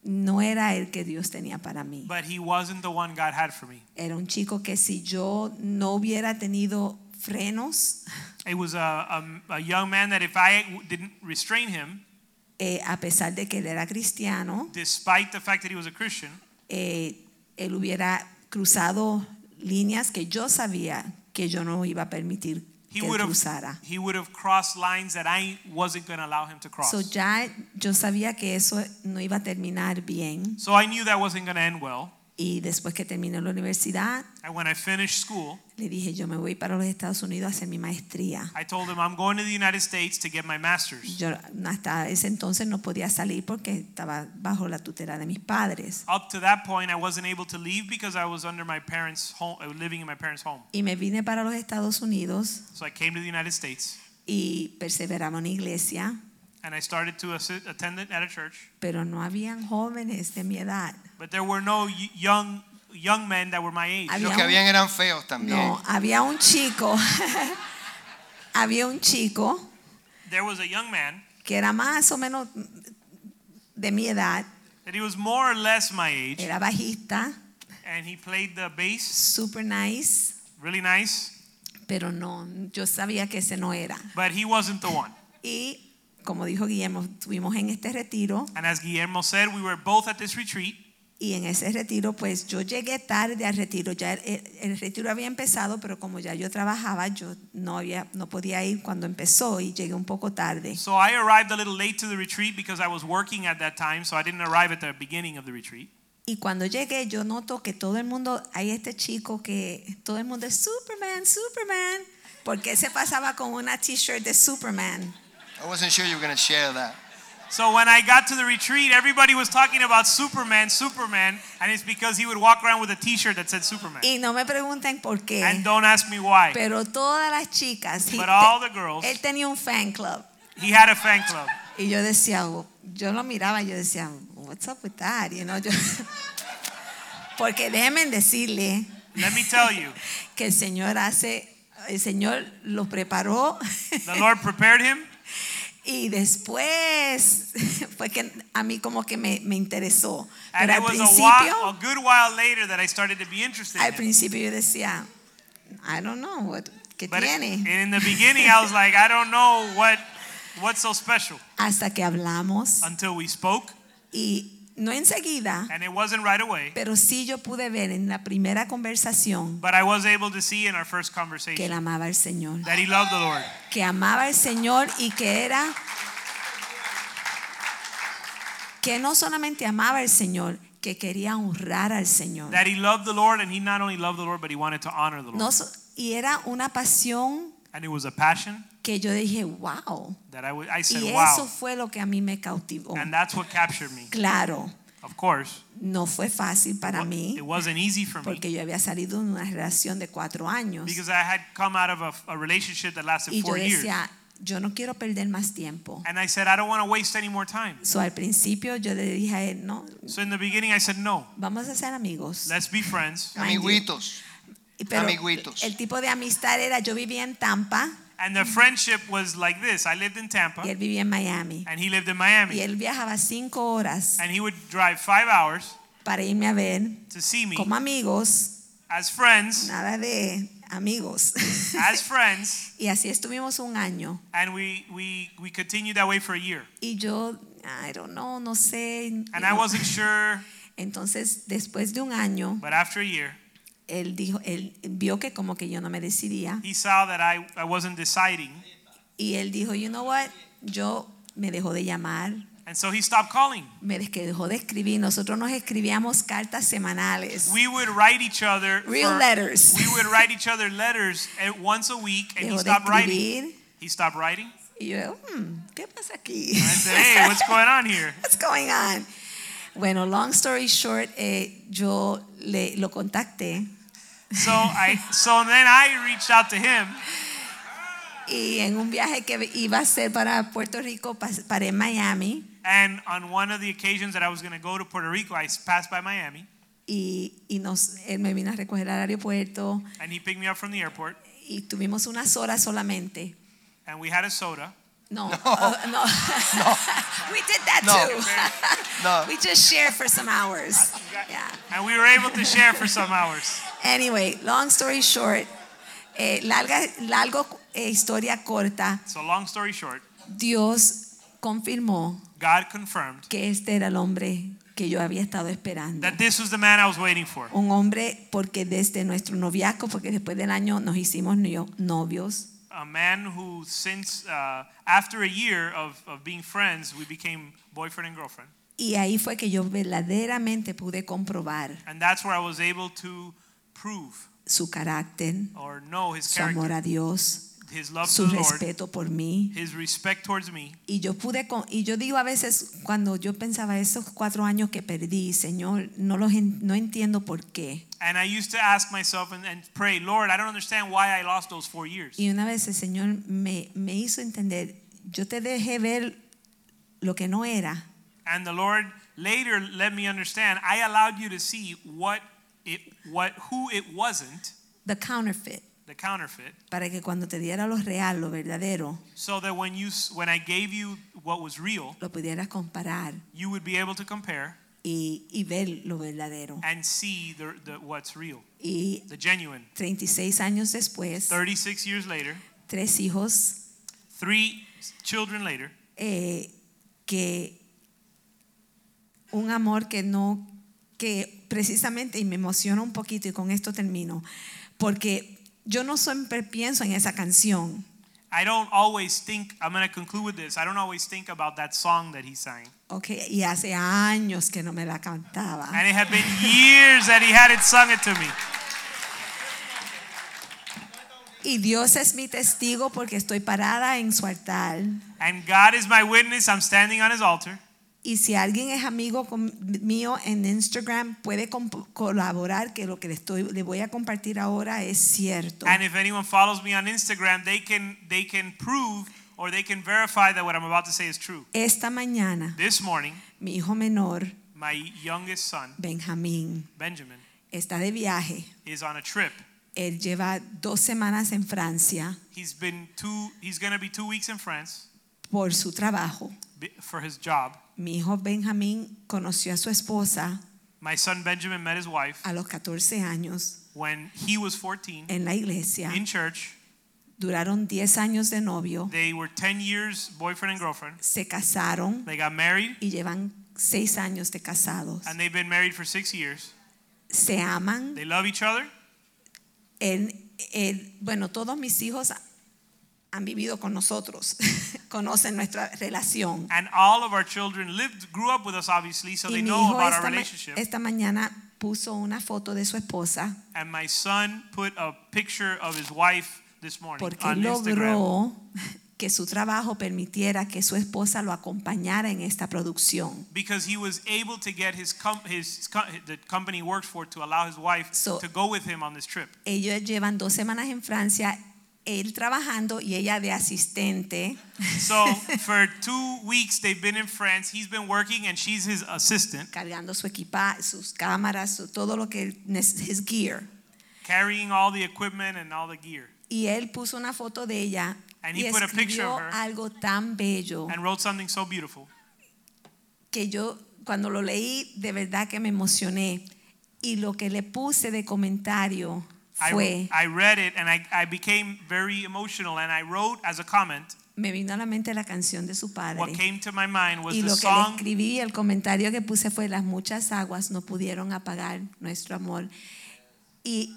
Speaker 3: no era el que Dios tenía para mí.
Speaker 2: but he wasn't the one God had for me.
Speaker 3: Era un chico que si yo no hubiera tenido frenos,
Speaker 2: It was a, a, a young man that if I didn't restrain him,
Speaker 3: eh, a pesar de que él era cristiano,
Speaker 2: despite the fact that he was a Christian,
Speaker 3: eh, él hubiera cruzado líneas que yo sabía que yo no iba a permitir
Speaker 2: he
Speaker 3: que él
Speaker 2: would have
Speaker 3: cruzara.
Speaker 2: he would have crossed lines that I wasn't going to allow him to cross.
Speaker 3: So ya yo sabía que eso no iba a terminar bien
Speaker 2: so I knew that wasn't going to end well.
Speaker 3: y después que terminé la universidad
Speaker 2: And when I finished school,
Speaker 3: le dije yo me voy para los Estados Unidos a hacer mi maestría.
Speaker 2: I told him I'm going to the United States to get my master's.
Speaker 3: Yo hasta ese entonces no podía salir porque estaba bajo la tutela de mis padres.
Speaker 2: Up to that point, I wasn't able to leave because I was under my parents' home, uh, living in my parents' home.
Speaker 3: Y me vine para los Estados Unidos
Speaker 2: So I came to the United States
Speaker 3: y perseveraba en la iglesia,
Speaker 2: and I started to assi- attend it at a church.
Speaker 3: pero no habían jóvenes de mi edad.
Speaker 2: But there were no y- young young men that were my age.
Speaker 3: Había
Speaker 1: Los que
Speaker 3: un-
Speaker 1: habían eran feos también.
Speaker 3: No, había un chico, <laughs> había un chico
Speaker 2: There was a young man
Speaker 3: que era más o menos de mi edad,
Speaker 2: that he was more or less my age,
Speaker 3: era bajista,
Speaker 2: and he played the bass
Speaker 3: super nice,
Speaker 2: really nice,
Speaker 3: pero no, yo sabía que ese no era.
Speaker 2: but he wasn't the one.
Speaker 3: Y como dijo Guillermo, estuvimos en este retiro
Speaker 2: And as Guillermo said, we were both at this retreat,
Speaker 3: y en ese retiro pues yo llegué tarde al retiro, ya el, el- el retiro había empezado, pero como ya yo trabajaba, yo no había no podía ir cuando empezó y llegué un poco tarde.
Speaker 2: so I arrived a little late to the retreat because I was working at that time, so I didn't arrive at the beginning of the retreat.
Speaker 3: Y cuando llegué, yo noto que todo el mundo, hay este chico que todo el mundo es Superman, Superman, porque se pasaba con una t-shirt de Superman.
Speaker 1: I wasn't sure you were going to share that.
Speaker 2: So when I got to the retreat, everybody was talking about Superman, Superman, and it's because he would walk around with a T-shirt that said Superman.
Speaker 3: Y no me pregunten por
Speaker 2: And
Speaker 3: qué,
Speaker 2: don't ask me why.
Speaker 3: Eh. pero todas las chicas, he-
Speaker 2: But all the girls,
Speaker 3: él tenía un fan club.
Speaker 2: he had a fan club.
Speaker 3: Y yo decía, "Oh", yo lo miraba y yo decía, what's up with that? You know, yo- <laughs> porque déjenme decirle
Speaker 2: Let me tell you,
Speaker 3: que el Señor hace, el Señor lo preparó <laughs>
Speaker 2: the Lord prepared him,
Speaker 3: y después <laughs> fue que a mí como que me, me interesó.
Speaker 2: and
Speaker 3: Pero
Speaker 2: it was
Speaker 3: al
Speaker 2: a, while,
Speaker 3: principio,
Speaker 2: a good while later that I started to be interested in
Speaker 3: al
Speaker 2: him.
Speaker 3: principio yo decía, I don't know, what, ¿qué
Speaker 2: But it-
Speaker 3: tiene?
Speaker 2: in the beginning, I was like, I don't know what what's so special
Speaker 3: Hasta que hablamos
Speaker 2: until we spoke,
Speaker 3: y no enseguida,
Speaker 2: and it wasn't right away.
Speaker 3: pero sí yo pude ver en la primera conversación
Speaker 2: But I was able to see in our first
Speaker 3: que él
Speaker 2: conversation
Speaker 3: amaba al Señor.
Speaker 2: that he loved the Lord.
Speaker 3: que amaba al Señor y que era que no solamente amaba al Señor, que quería honrar al Señor.
Speaker 2: That he loved the Lord, and he not only loved the Lord, but he wanted to honor the Lord.
Speaker 3: No so- y era una pasión
Speaker 2: And it was a passion
Speaker 3: que yo dije, wow.
Speaker 2: that I would- I said,
Speaker 3: Y eso
Speaker 2: wow.
Speaker 3: fue lo que a mí me cautivó.
Speaker 2: And that's what captured me.
Speaker 3: Claro,
Speaker 2: Of course,
Speaker 3: no fue fácil para mí
Speaker 2: it wasn't easy for me
Speaker 3: porque yo había salido de una relación de cuatro años
Speaker 2: because I had come out of a, a relationship that lasted
Speaker 3: y yo
Speaker 2: four years.
Speaker 3: decía, yo no quiero perder más tiempo.
Speaker 2: And I said, I don't want to waste any more time.
Speaker 3: So, al principio yo le dije a él, no,
Speaker 2: So in the beginning, I said, no,
Speaker 3: vamos a ser amigos.
Speaker 2: let's be friends.
Speaker 3: Mind you.
Speaker 1: Amiguitos.
Speaker 3: Y pero
Speaker 1: Amiguitos.
Speaker 3: El tipo de amistad era yo vivía en Tampa
Speaker 2: And the friendship was like this I lived in
Speaker 3: y
Speaker 2: Tampa,
Speaker 3: él vivía en Miami.
Speaker 2: and he lived in
Speaker 3: Y
Speaker 2: Miami.
Speaker 3: él viajaba cinco horas
Speaker 2: And he would drive five hours
Speaker 3: para irme a ver
Speaker 2: to see me
Speaker 3: como amigos,
Speaker 2: as friends,
Speaker 3: nada de amigos.
Speaker 2: as friends.
Speaker 3: <laughs> y así estuvimos un año.
Speaker 2: And we, we, we continued that way for a year.
Speaker 3: Y yo, I don't know, no sé.
Speaker 2: And I wasn't sure,
Speaker 3: Entonces, después de un año,
Speaker 2: but after a year,
Speaker 3: él dijo, él vio que como que yo no me decidía.
Speaker 2: he saw that I, I wasn't deciding.
Speaker 3: Y él dijo, you know what, yo me dejó de llamar,
Speaker 2: And so he stopped calling.
Speaker 3: me des- que dejó de escribir. Nosotros nos escribíamos cartas semanales.
Speaker 2: We would write each other
Speaker 3: Real
Speaker 2: for-
Speaker 3: letters.
Speaker 2: We would write each other letters at once a week, and he
Speaker 3: dejó de
Speaker 2: stopped writing.
Speaker 3: escribir.
Speaker 2: He stopped writing.
Speaker 3: Y yo, "Hmm, ¿qué pasa aquí?
Speaker 2: And I said,
Speaker 3: <laughs>
Speaker 2: "Hey, what's going on here?"
Speaker 3: What's going on? Bueno, long story short, eh, yo le, lo contacté
Speaker 2: So I, so then I reached out to him,
Speaker 3: y en un viaje que iba a hacer para Puerto Rico, pas- paré en Miami
Speaker 2: and on one of the occasions that I was going to go to Puerto Rico, I passed by Miami,
Speaker 3: y, y nos, él me vino a recoger al aeropuerto
Speaker 2: and he picked me up from the airport,
Speaker 3: y tuvimos unas horas solamente.
Speaker 2: and we had a soda.
Speaker 3: No, oh, <laughs>
Speaker 2: <laughs>
Speaker 3: no. <laughs> We did that
Speaker 1: No.
Speaker 3: too.
Speaker 1: No.
Speaker 3: <laughs> We just shared for some hours.
Speaker 2: Ah,
Speaker 3: Yeah.
Speaker 2: and we were able to share for some hours.
Speaker 3: Anyway, long story short, eh, larga, largo eh, historia corta,
Speaker 2: So long story short,
Speaker 3: Dios confirmó
Speaker 2: God confirmed
Speaker 3: que este era el hombre que yo había estado esperando.
Speaker 2: that this was the man I was waiting for.
Speaker 3: Un hombre porque desde nuestro noviazgo, porque después del año nos hicimos nio- novios,
Speaker 2: A man who, since uh, after a year of, of being friends, we became boyfriend and girlfriend.
Speaker 3: y ahí fue que yo verdaderamente pude comprobar
Speaker 2: And that's where I was able to prove
Speaker 3: su carácter,
Speaker 2: or know his
Speaker 3: su amor
Speaker 2: character,
Speaker 3: a Dios,
Speaker 2: his love to
Speaker 3: su
Speaker 2: the Lord,
Speaker 3: respeto por mí.
Speaker 2: his respect towards me.
Speaker 3: Y yo pude, con- y yo digo a veces cuando yo pensaba esos cuatro años que perdí, Señor, no los en- no entiendo por qué.
Speaker 2: And I used to ask myself and, and pray, Lord, I don't understand why I lost those four years.
Speaker 3: Y una vez el Señor me, me hizo entender, yo te dejé ver lo que no era,
Speaker 2: And the Lord later let me understand. I allowed you to see what it, what who it wasn't,
Speaker 3: the counterfeit,
Speaker 2: the counterfeit,
Speaker 3: para que cuando te diera lo real, lo verdadero,
Speaker 2: so that when you s- when I gave you what was real,
Speaker 3: lo pudieras comparar
Speaker 2: you would be able to compare
Speaker 3: y, y ver lo verdadero.
Speaker 2: and see the, the what's real,
Speaker 3: Y
Speaker 2: the genuine.
Speaker 3: 36 años después,
Speaker 2: 36 years later,
Speaker 3: tres hijos
Speaker 2: three children later,
Speaker 3: eh, que un amor que no, que precisamente, y me emociona un poquito, y con esto termino, porque yo no siempre pienso en esa canción.
Speaker 2: I don't always think I'm going to conclude with this. I don't always think about that song that he sang.
Speaker 3: Okay, y hace años que no me la cantaba.
Speaker 2: And it had been years that he had it sung it to me.
Speaker 3: Y Dios es mi testigo porque estoy parada en su altar.
Speaker 2: And God is my witness. I'm standing on his altar.
Speaker 3: Y si alguien es amigo con- mío en Instagram, puede comp- colaborar que lo que le, estoy, le voy a compartir ahora es cierto.
Speaker 2: And if anyone follows me on Instagram, they can they can prove or they can verify that what I'm about to say is true.
Speaker 3: Esta mañana,
Speaker 2: This morning,
Speaker 3: mi hijo menor,
Speaker 2: my youngest son,
Speaker 3: Benjamín,
Speaker 2: Benjamin,
Speaker 3: está de viaje.
Speaker 2: is on a trip.
Speaker 3: Él lleva dos semanas en Francia
Speaker 2: He's been two he's going to be 2 weeks in France
Speaker 3: por su trabajo.
Speaker 2: b- for his job.
Speaker 3: Mi hijo Benjamín conoció a su esposa
Speaker 2: My son Benjamin met his wife
Speaker 3: a los 14 años
Speaker 2: when he was 14
Speaker 3: en la iglesia.
Speaker 2: in church.
Speaker 3: Duraron 10 años de novio,
Speaker 2: They were 10 years boyfriend and girlfriend.
Speaker 3: se casaron
Speaker 2: They got married
Speaker 3: y llevan 6 años de casados.
Speaker 2: and they've been married for 6 years.
Speaker 3: Se aman.
Speaker 2: They love each other.
Speaker 3: Él- él- bueno, todos mis hijos han vivido con nosotros, <laughs> conocen nuestra relación.
Speaker 2: And all of our children lived grew up with us obviously, so
Speaker 3: y
Speaker 2: they
Speaker 3: mi
Speaker 2: know
Speaker 3: hijo
Speaker 2: about our
Speaker 3: esta, ma-
Speaker 2: relationship.
Speaker 3: esta mañana puso una foto de su esposa
Speaker 2: And my son put a picture of his wife this morning
Speaker 3: porque
Speaker 2: on Instagram
Speaker 3: logró <laughs> que su trabajo permitiera que su esposa lo acompañara en esta producción.
Speaker 2: because he was able to get his com- his co- the company he works for to allow his wife
Speaker 3: So-
Speaker 2: to go with him on this trip.
Speaker 3: Ellos llevan dos semanas en Francia, él trabajando y ella de asistente.
Speaker 2: So for two weeks they've been in France. He's been working and she's his assistant,
Speaker 3: cargando su equipa, sus cámaras, su- todo lo que nece- his gear.
Speaker 2: carrying all the equipment and all the gear,
Speaker 3: Y él puso una foto de ella
Speaker 2: And
Speaker 3: y
Speaker 2: he put a picture
Speaker 3: escribió
Speaker 2: of her.
Speaker 3: algo tan bello
Speaker 2: and wrote something so beautiful.
Speaker 3: que yo cuando lo leí de verdad que me emocioné y lo que le puse de comentario
Speaker 2: I,
Speaker 3: fue
Speaker 2: I read it and I, I became very emotional and I wrote as a comment
Speaker 3: me vino a la mente la canción de su
Speaker 2: what
Speaker 3: padre
Speaker 2: came to my mind was
Speaker 3: y
Speaker 2: the
Speaker 3: lo que le
Speaker 2: song
Speaker 3: escribí el comentario que puse fue las muchas aguas no pudieron apagar nuestro amor y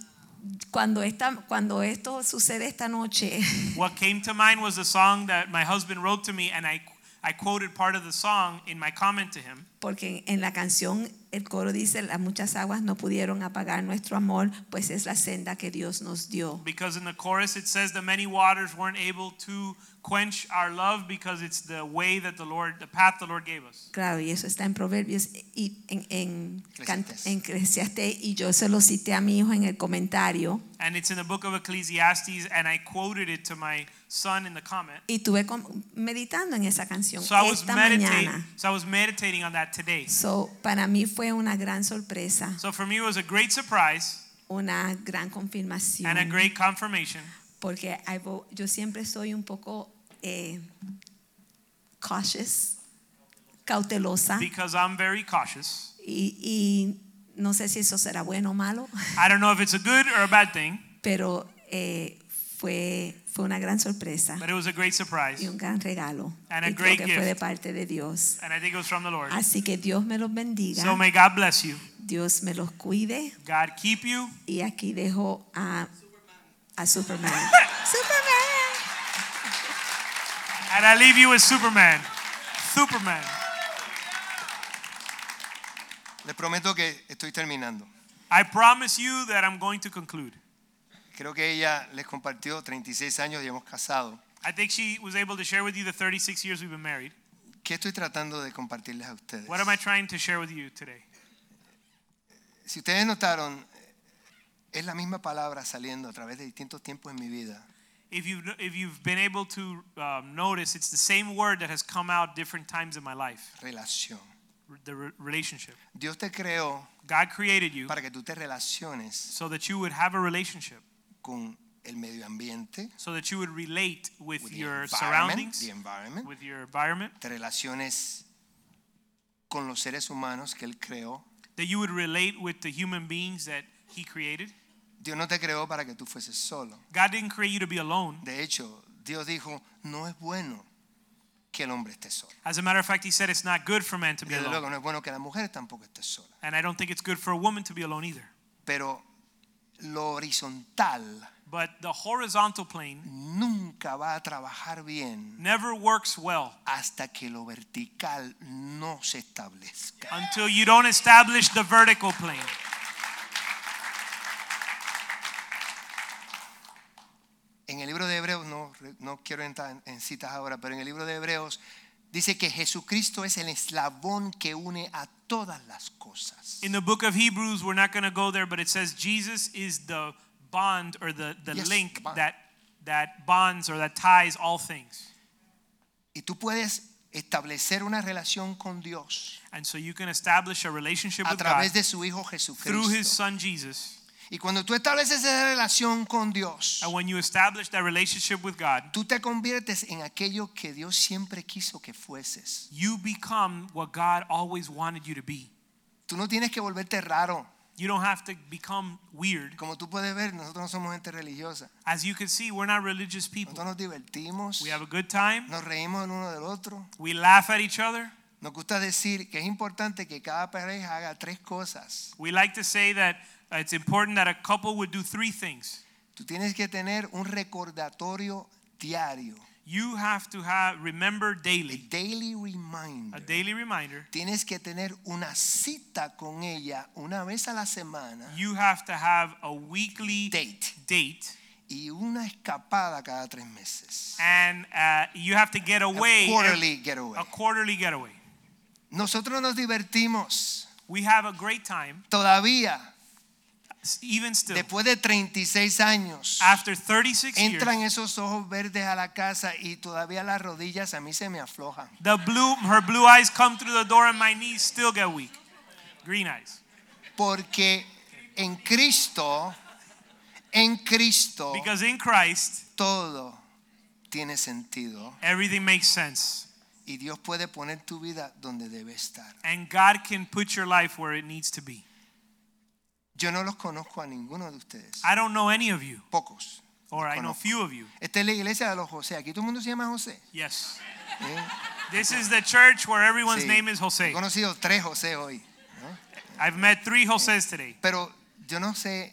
Speaker 3: cuando esta cuando esto sucede esta noche <laughs>
Speaker 2: What came to mind was the song that my husband wrote to me, and I, I quoted part of the song in my comment to him
Speaker 3: Porque en la canción el coro dice, las muchas aguas no pudieron apagar nuestro amor, pues es la senda que Dios nos dio.
Speaker 2: because in the chorus it says the many waters weren't able to quench our love because it's the way that the Lord, the path the Lord gave us.
Speaker 3: Claro, y eso está en Proverbios y en, en, can-
Speaker 1: Eclesiastés.
Speaker 3: en Eclesiastés, y yo se lo cité a mi hijo en el comentario.
Speaker 2: And it's in the book of Ecclesiastes, and I quoted it to my son in the comment.
Speaker 3: Y estuve con- meditando en esa canción
Speaker 2: So I was
Speaker 3: esta
Speaker 2: meditating.
Speaker 3: mañana.
Speaker 2: So I was meditating on that today.
Speaker 3: So, para mí fue una gran sorpresa,
Speaker 2: So for me it was a great surprise
Speaker 3: una gran confirmación.
Speaker 2: and a great confirmation
Speaker 3: porque I vo- yo siempre soy un poco eh, cautious, cautelosa.
Speaker 2: because I'm very cautious.
Speaker 3: Y, y no sé si eso será bueno o malo, <laughs>
Speaker 2: I don't know if it's a good or a bad thing,
Speaker 3: pero eh, fue, fue una gran sorpresa
Speaker 2: But it was a great surprise.
Speaker 3: y un gran regalo.
Speaker 2: And a
Speaker 3: Y creo
Speaker 2: great
Speaker 3: que
Speaker 2: gift.
Speaker 3: fue de parte de Dios.
Speaker 2: And I think it was from the Lord.
Speaker 3: Así que Dios me los bendiga,
Speaker 2: So may God bless you.
Speaker 3: Dios me los cuide
Speaker 2: God keep you.
Speaker 3: y aquí dejo a, a Superman.
Speaker 2: <laughs>
Speaker 3: Superman.
Speaker 2: And I leave you with Superman. Superman.
Speaker 1: Les prometo que estoy terminando.
Speaker 2: I promise you that I'm going to conclude.
Speaker 1: Creo que ella les compartió 36 años y hemos casado.
Speaker 2: I think she was able to share with you the 36 years we've been married.
Speaker 1: ¿Qué estoy tratando de compartirles a ustedes?
Speaker 2: What am I trying to share with you today?
Speaker 1: Si ustedes notaron, es la misma palabra saliendo a través de distintos tiempos en mi vida.
Speaker 2: If you've, if you've been able to um, notice, it's the same word that has come out different times in my life
Speaker 1: Relación.
Speaker 2: the re- relationship.
Speaker 1: Dios te creó
Speaker 2: God created you
Speaker 1: para que tú te relaciones
Speaker 2: so that you would have a relationship,
Speaker 1: con el medio ambiente,
Speaker 2: so that you would relate with,
Speaker 1: with the
Speaker 2: your
Speaker 1: environment,
Speaker 2: surroundings,
Speaker 1: the environment.
Speaker 2: with your environment,
Speaker 1: te relaciones con los seres humanos que Él creó.
Speaker 2: that you would relate with the human beings that He created.
Speaker 1: Dios no te creó para que tú fueses solo.
Speaker 2: God didn't create you to be alone.
Speaker 1: De hecho, Dios dijo, no es bueno que el hombre esté solo.
Speaker 2: As a matter of fact, He said it's not good for man to be
Speaker 1: Desde luego,
Speaker 2: alone.
Speaker 1: no es bueno que la mujer tampoco esté sola.
Speaker 2: And I don't think it's good for a woman to be alone either.
Speaker 1: Pero lo horizontal
Speaker 2: But the horizontal plane
Speaker 1: nunca va a trabajar bien
Speaker 2: never works well
Speaker 1: hasta que lo vertical no se establezca.
Speaker 2: until you don't establish the vertical plane.
Speaker 1: En el libro de Hebreos, no, re- no quiero entrar en, en citas ahora, pero en el libro de Hebreos dice que Jesucristo es el eslabón que une a todas las cosas.
Speaker 2: In the book of Hebrews, we're not going to go there, but it says Jesus is the bond or the, the
Speaker 1: Yes,
Speaker 2: link
Speaker 1: the bond.
Speaker 2: that that bonds or that ties all things.
Speaker 1: Y tú puedes establecer una relación con Dios
Speaker 2: And so you can establish a relationship
Speaker 1: a
Speaker 2: with God
Speaker 1: través de su Hijo
Speaker 2: through his
Speaker 1: Jesucristo.
Speaker 2: son Jesus.
Speaker 1: Y cuando tú estableces esa relación con Dios,
Speaker 2: And when you establish that relationship with God,
Speaker 1: tú te conviertes en aquello que Dios siempre quiso que fueses.
Speaker 2: you become what God always wanted you to be.
Speaker 1: Tú no tienes que volverte raro.
Speaker 2: You don't have to become weird.
Speaker 1: Como tú puedes ver, nosotros no somos gente religiosa.
Speaker 2: As you can see, we're not religious people.
Speaker 1: Nosotros nos divertimos,
Speaker 2: We have a good time.
Speaker 1: nos reímos el uno del otro.
Speaker 2: We laugh at each other.
Speaker 1: Nos gusta decir que es importante que cada pareja haga tres cosas.
Speaker 2: We like to say that uh, it's important that a couple would do three things.
Speaker 1: Tú tienes que tener un recordatorio diario,
Speaker 2: You have to have remember
Speaker 1: a
Speaker 2: daily,
Speaker 1: daily
Speaker 2: a
Speaker 1: reminder.
Speaker 2: daily reminder.
Speaker 1: Tienes que tener una cita con ella una vez a la semana
Speaker 2: You have to have a weekly
Speaker 1: Date.
Speaker 2: date,
Speaker 1: y una escapada cada tres meses.
Speaker 2: and uh, you have to get
Speaker 1: A
Speaker 2: away
Speaker 1: quarterly
Speaker 2: a
Speaker 1: getaway.
Speaker 2: quarterly getaway.
Speaker 1: Nosotros nos divertimos
Speaker 2: We have a great time,
Speaker 1: todavía,
Speaker 2: s- even still.
Speaker 1: después de 36 años.
Speaker 2: After 36 years,
Speaker 1: Entran esos ojos verdes a la casa y todavía las rodillas a mí se me aflojan.
Speaker 2: the blue, her blue eyes come through the door, and my knees still get weak. Green eyes,
Speaker 1: Porque en Cristo, en Cristo,
Speaker 2: because in Christ
Speaker 1: todo tiene sentido
Speaker 2: everything makes sense,
Speaker 1: y Dios puede poner tu vida donde debe estar.
Speaker 2: and God can put your life where it needs to be.
Speaker 1: Yo no los conozco a ninguno de ustedes,
Speaker 2: I don't know any of you,
Speaker 1: pocos.
Speaker 2: or I know
Speaker 1: Conozco.
Speaker 2: few of you.
Speaker 1: Esta es la iglesia de los José. Aquí todo el mundo se llama José.
Speaker 2: Yes.
Speaker 1: ¿eh?
Speaker 2: This is the church where everyone's
Speaker 1: Sí.
Speaker 2: name is
Speaker 1: He
Speaker 2: Jose.
Speaker 1: conocido tres José hoy.
Speaker 2: I've met three Joses today,
Speaker 1: Pero yo no sé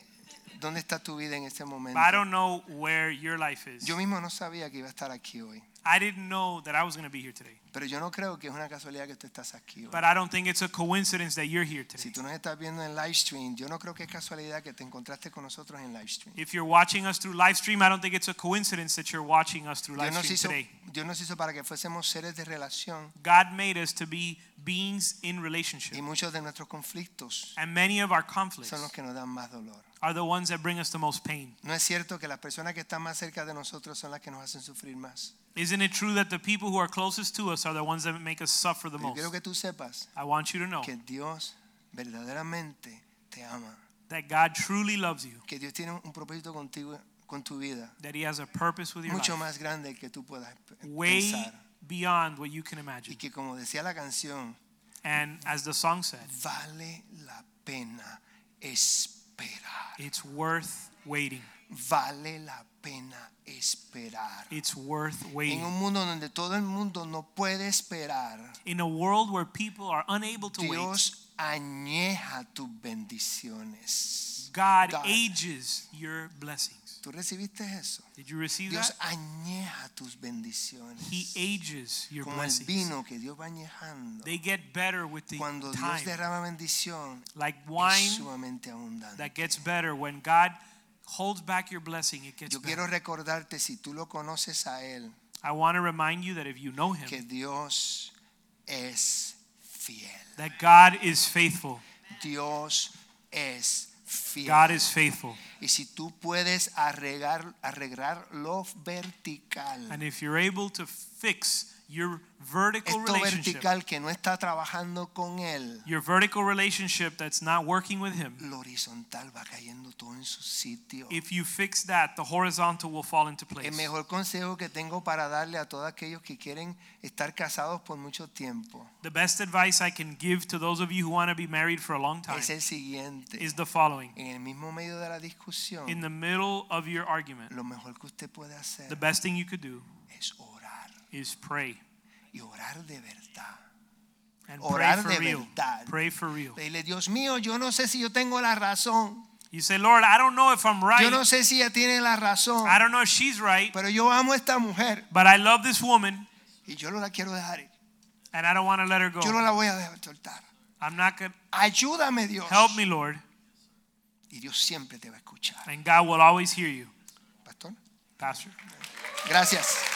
Speaker 1: dónde está tu vida en este
Speaker 2: but
Speaker 1: momento.
Speaker 2: I don't know where your life is.
Speaker 1: Yo mismo no sabía que iba a estar aquí hoy.
Speaker 2: I didn't know that I was going to be here today,
Speaker 1: Pero yo no creo que es una casualidad que tú estás aquí hoy.
Speaker 2: but I don't think it's a coincidence that you're here
Speaker 1: Si
Speaker 2: today.
Speaker 1: tú nos estás viendo en live stream, yo no creo que es casualidad que te encontraste con nosotros en live stream.
Speaker 2: If you're watching us through live stream, I don't think it's a coincidence that you're watching us through
Speaker 1: Dios
Speaker 2: live
Speaker 1: nos,
Speaker 2: stream
Speaker 1: hizo,
Speaker 2: today.
Speaker 1: Dios nos hizo para que fuésemos seres de relación
Speaker 2: God made us to be beings in relationship,
Speaker 1: y muchos de nuestros conflictos
Speaker 2: and many of our conflicts
Speaker 1: son los que nos dan más dolor.
Speaker 2: are the ones that bring us the most pain.
Speaker 1: No es cierto que las personas que están más cerca de nosotros son las que nos hacen sufrir más.
Speaker 2: Isn't it true that the people who are closest to us are the ones that make us suffer the
Speaker 1: Pero Yo
Speaker 2: most?
Speaker 1: quiero que tú sepas
Speaker 2: I want you to know
Speaker 1: que Dios verdaderamente te ama,
Speaker 2: that God truly loves you,
Speaker 1: que Dios tiene un propósito contigo, con tu vida,
Speaker 2: that He has a purpose with your
Speaker 1: mucho
Speaker 2: life,
Speaker 1: más grande que tú puedas pe-
Speaker 2: way
Speaker 1: pensar.
Speaker 2: beyond what you can
Speaker 1: Y
Speaker 2: imagine.
Speaker 1: que como decía la canción,
Speaker 2: And as the song said,
Speaker 1: vale la pena esperar.
Speaker 2: it's worth waiting.
Speaker 1: Vale la pena esperar.
Speaker 2: It's worth
Speaker 1: En
Speaker 2: waiting.
Speaker 1: un mundo donde todo el mundo no puede esperar,
Speaker 2: In a world where people are unable to wait,
Speaker 1: Dios añeja tus bendiciones.
Speaker 2: God
Speaker 1: God.
Speaker 2: ages your blessings.
Speaker 1: ¿Tú recibiste eso?
Speaker 2: Did you receive
Speaker 1: Dios
Speaker 2: that?
Speaker 1: añeja tus bendiciones.
Speaker 2: He ages your
Speaker 1: Como el
Speaker 2: blessings.
Speaker 1: vino que Dios va añejando.
Speaker 2: They get better with the
Speaker 1: Cuando
Speaker 2: time.
Speaker 1: Dios derrama bendición,
Speaker 2: Like
Speaker 1: es
Speaker 2: wine
Speaker 1: sumamente abundante.
Speaker 2: that gets better. When God holds back your blessing, it gets
Speaker 1: Yo quiero
Speaker 2: better.
Speaker 1: recordarte, si tú lo conoces a Él,
Speaker 2: I want to remind you that if you know Him,
Speaker 1: que Dios es fiel.
Speaker 2: that God is faithful.
Speaker 1: Dios es fiel.
Speaker 2: God is faithful.
Speaker 1: Y si tú puedes arreglar, arreglar lo vertical,
Speaker 2: And if you're able to fix your vertical
Speaker 1: esto
Speaker 2: relationship,
Speaker 1: vertical que no está trabajando con Él,
Speaker 2: your vertical relationship that's not working with Him,
Speaker 1: lo horizontal va cayendo todo en su sitio.
Speaker 2: if you fix that, the horizontal will fall into place.
Speaker 1: El mejor consejo que tengo para darle a todos aquellos que quieren estar casados por mucho tiempo
Speaker 2: The best advice I can give to those of you who want to be married for a long time
Speaker 1: es el siguiente.
Speaker 2: is the following.
Speaker 1: En el mismo medio de la discusión,
Speaker 2: In the middle of your argument,
Speaker 1: Mm. lo mejor que usted puede hacer
Speaker 2: the best thing you could do
Speaker 1: es orar
Speaker 2: is pray.
Speaker 1: y orar de verdad.
Speaker 2: And
Speaker 1: Orar
Speaker 2: pray
Speaker 1: de
Speaker 2: for real.
Speaker 1: verdad.
Speaker 2: Pray for real.
Speaker 1: Dile, Dios mío, yo no sé si yo tengo la razón.
Speaker 2: You say, Lord, I don't know if I'm
Speaker 1: Yo
Speaker 2: right.
Speaker 1: no sé si ella tiene la razón.
Speaker 2: I don't know if she's right,
Speaker 1: Pero yo amo a esta mujer
Speaker 2: but I love this woman
Speaker 1: y yo no la quiero dejar. ir.
Speaker 2: and I don't want to let her go.
Speaker 1: Yo no la voy a dejar soltar.
Speaker 2: I'm not going to.
Speaker 1: Ayúdame, Dios.
Speaker 2: Help me, Lord.
Speaker 1: Y Dios siempre te va a escuchar.
Speaker 2: And God will always hear you,
Speaker 1: Pastor,
Speaker 2: Pastor.
Speaker 1: gracias.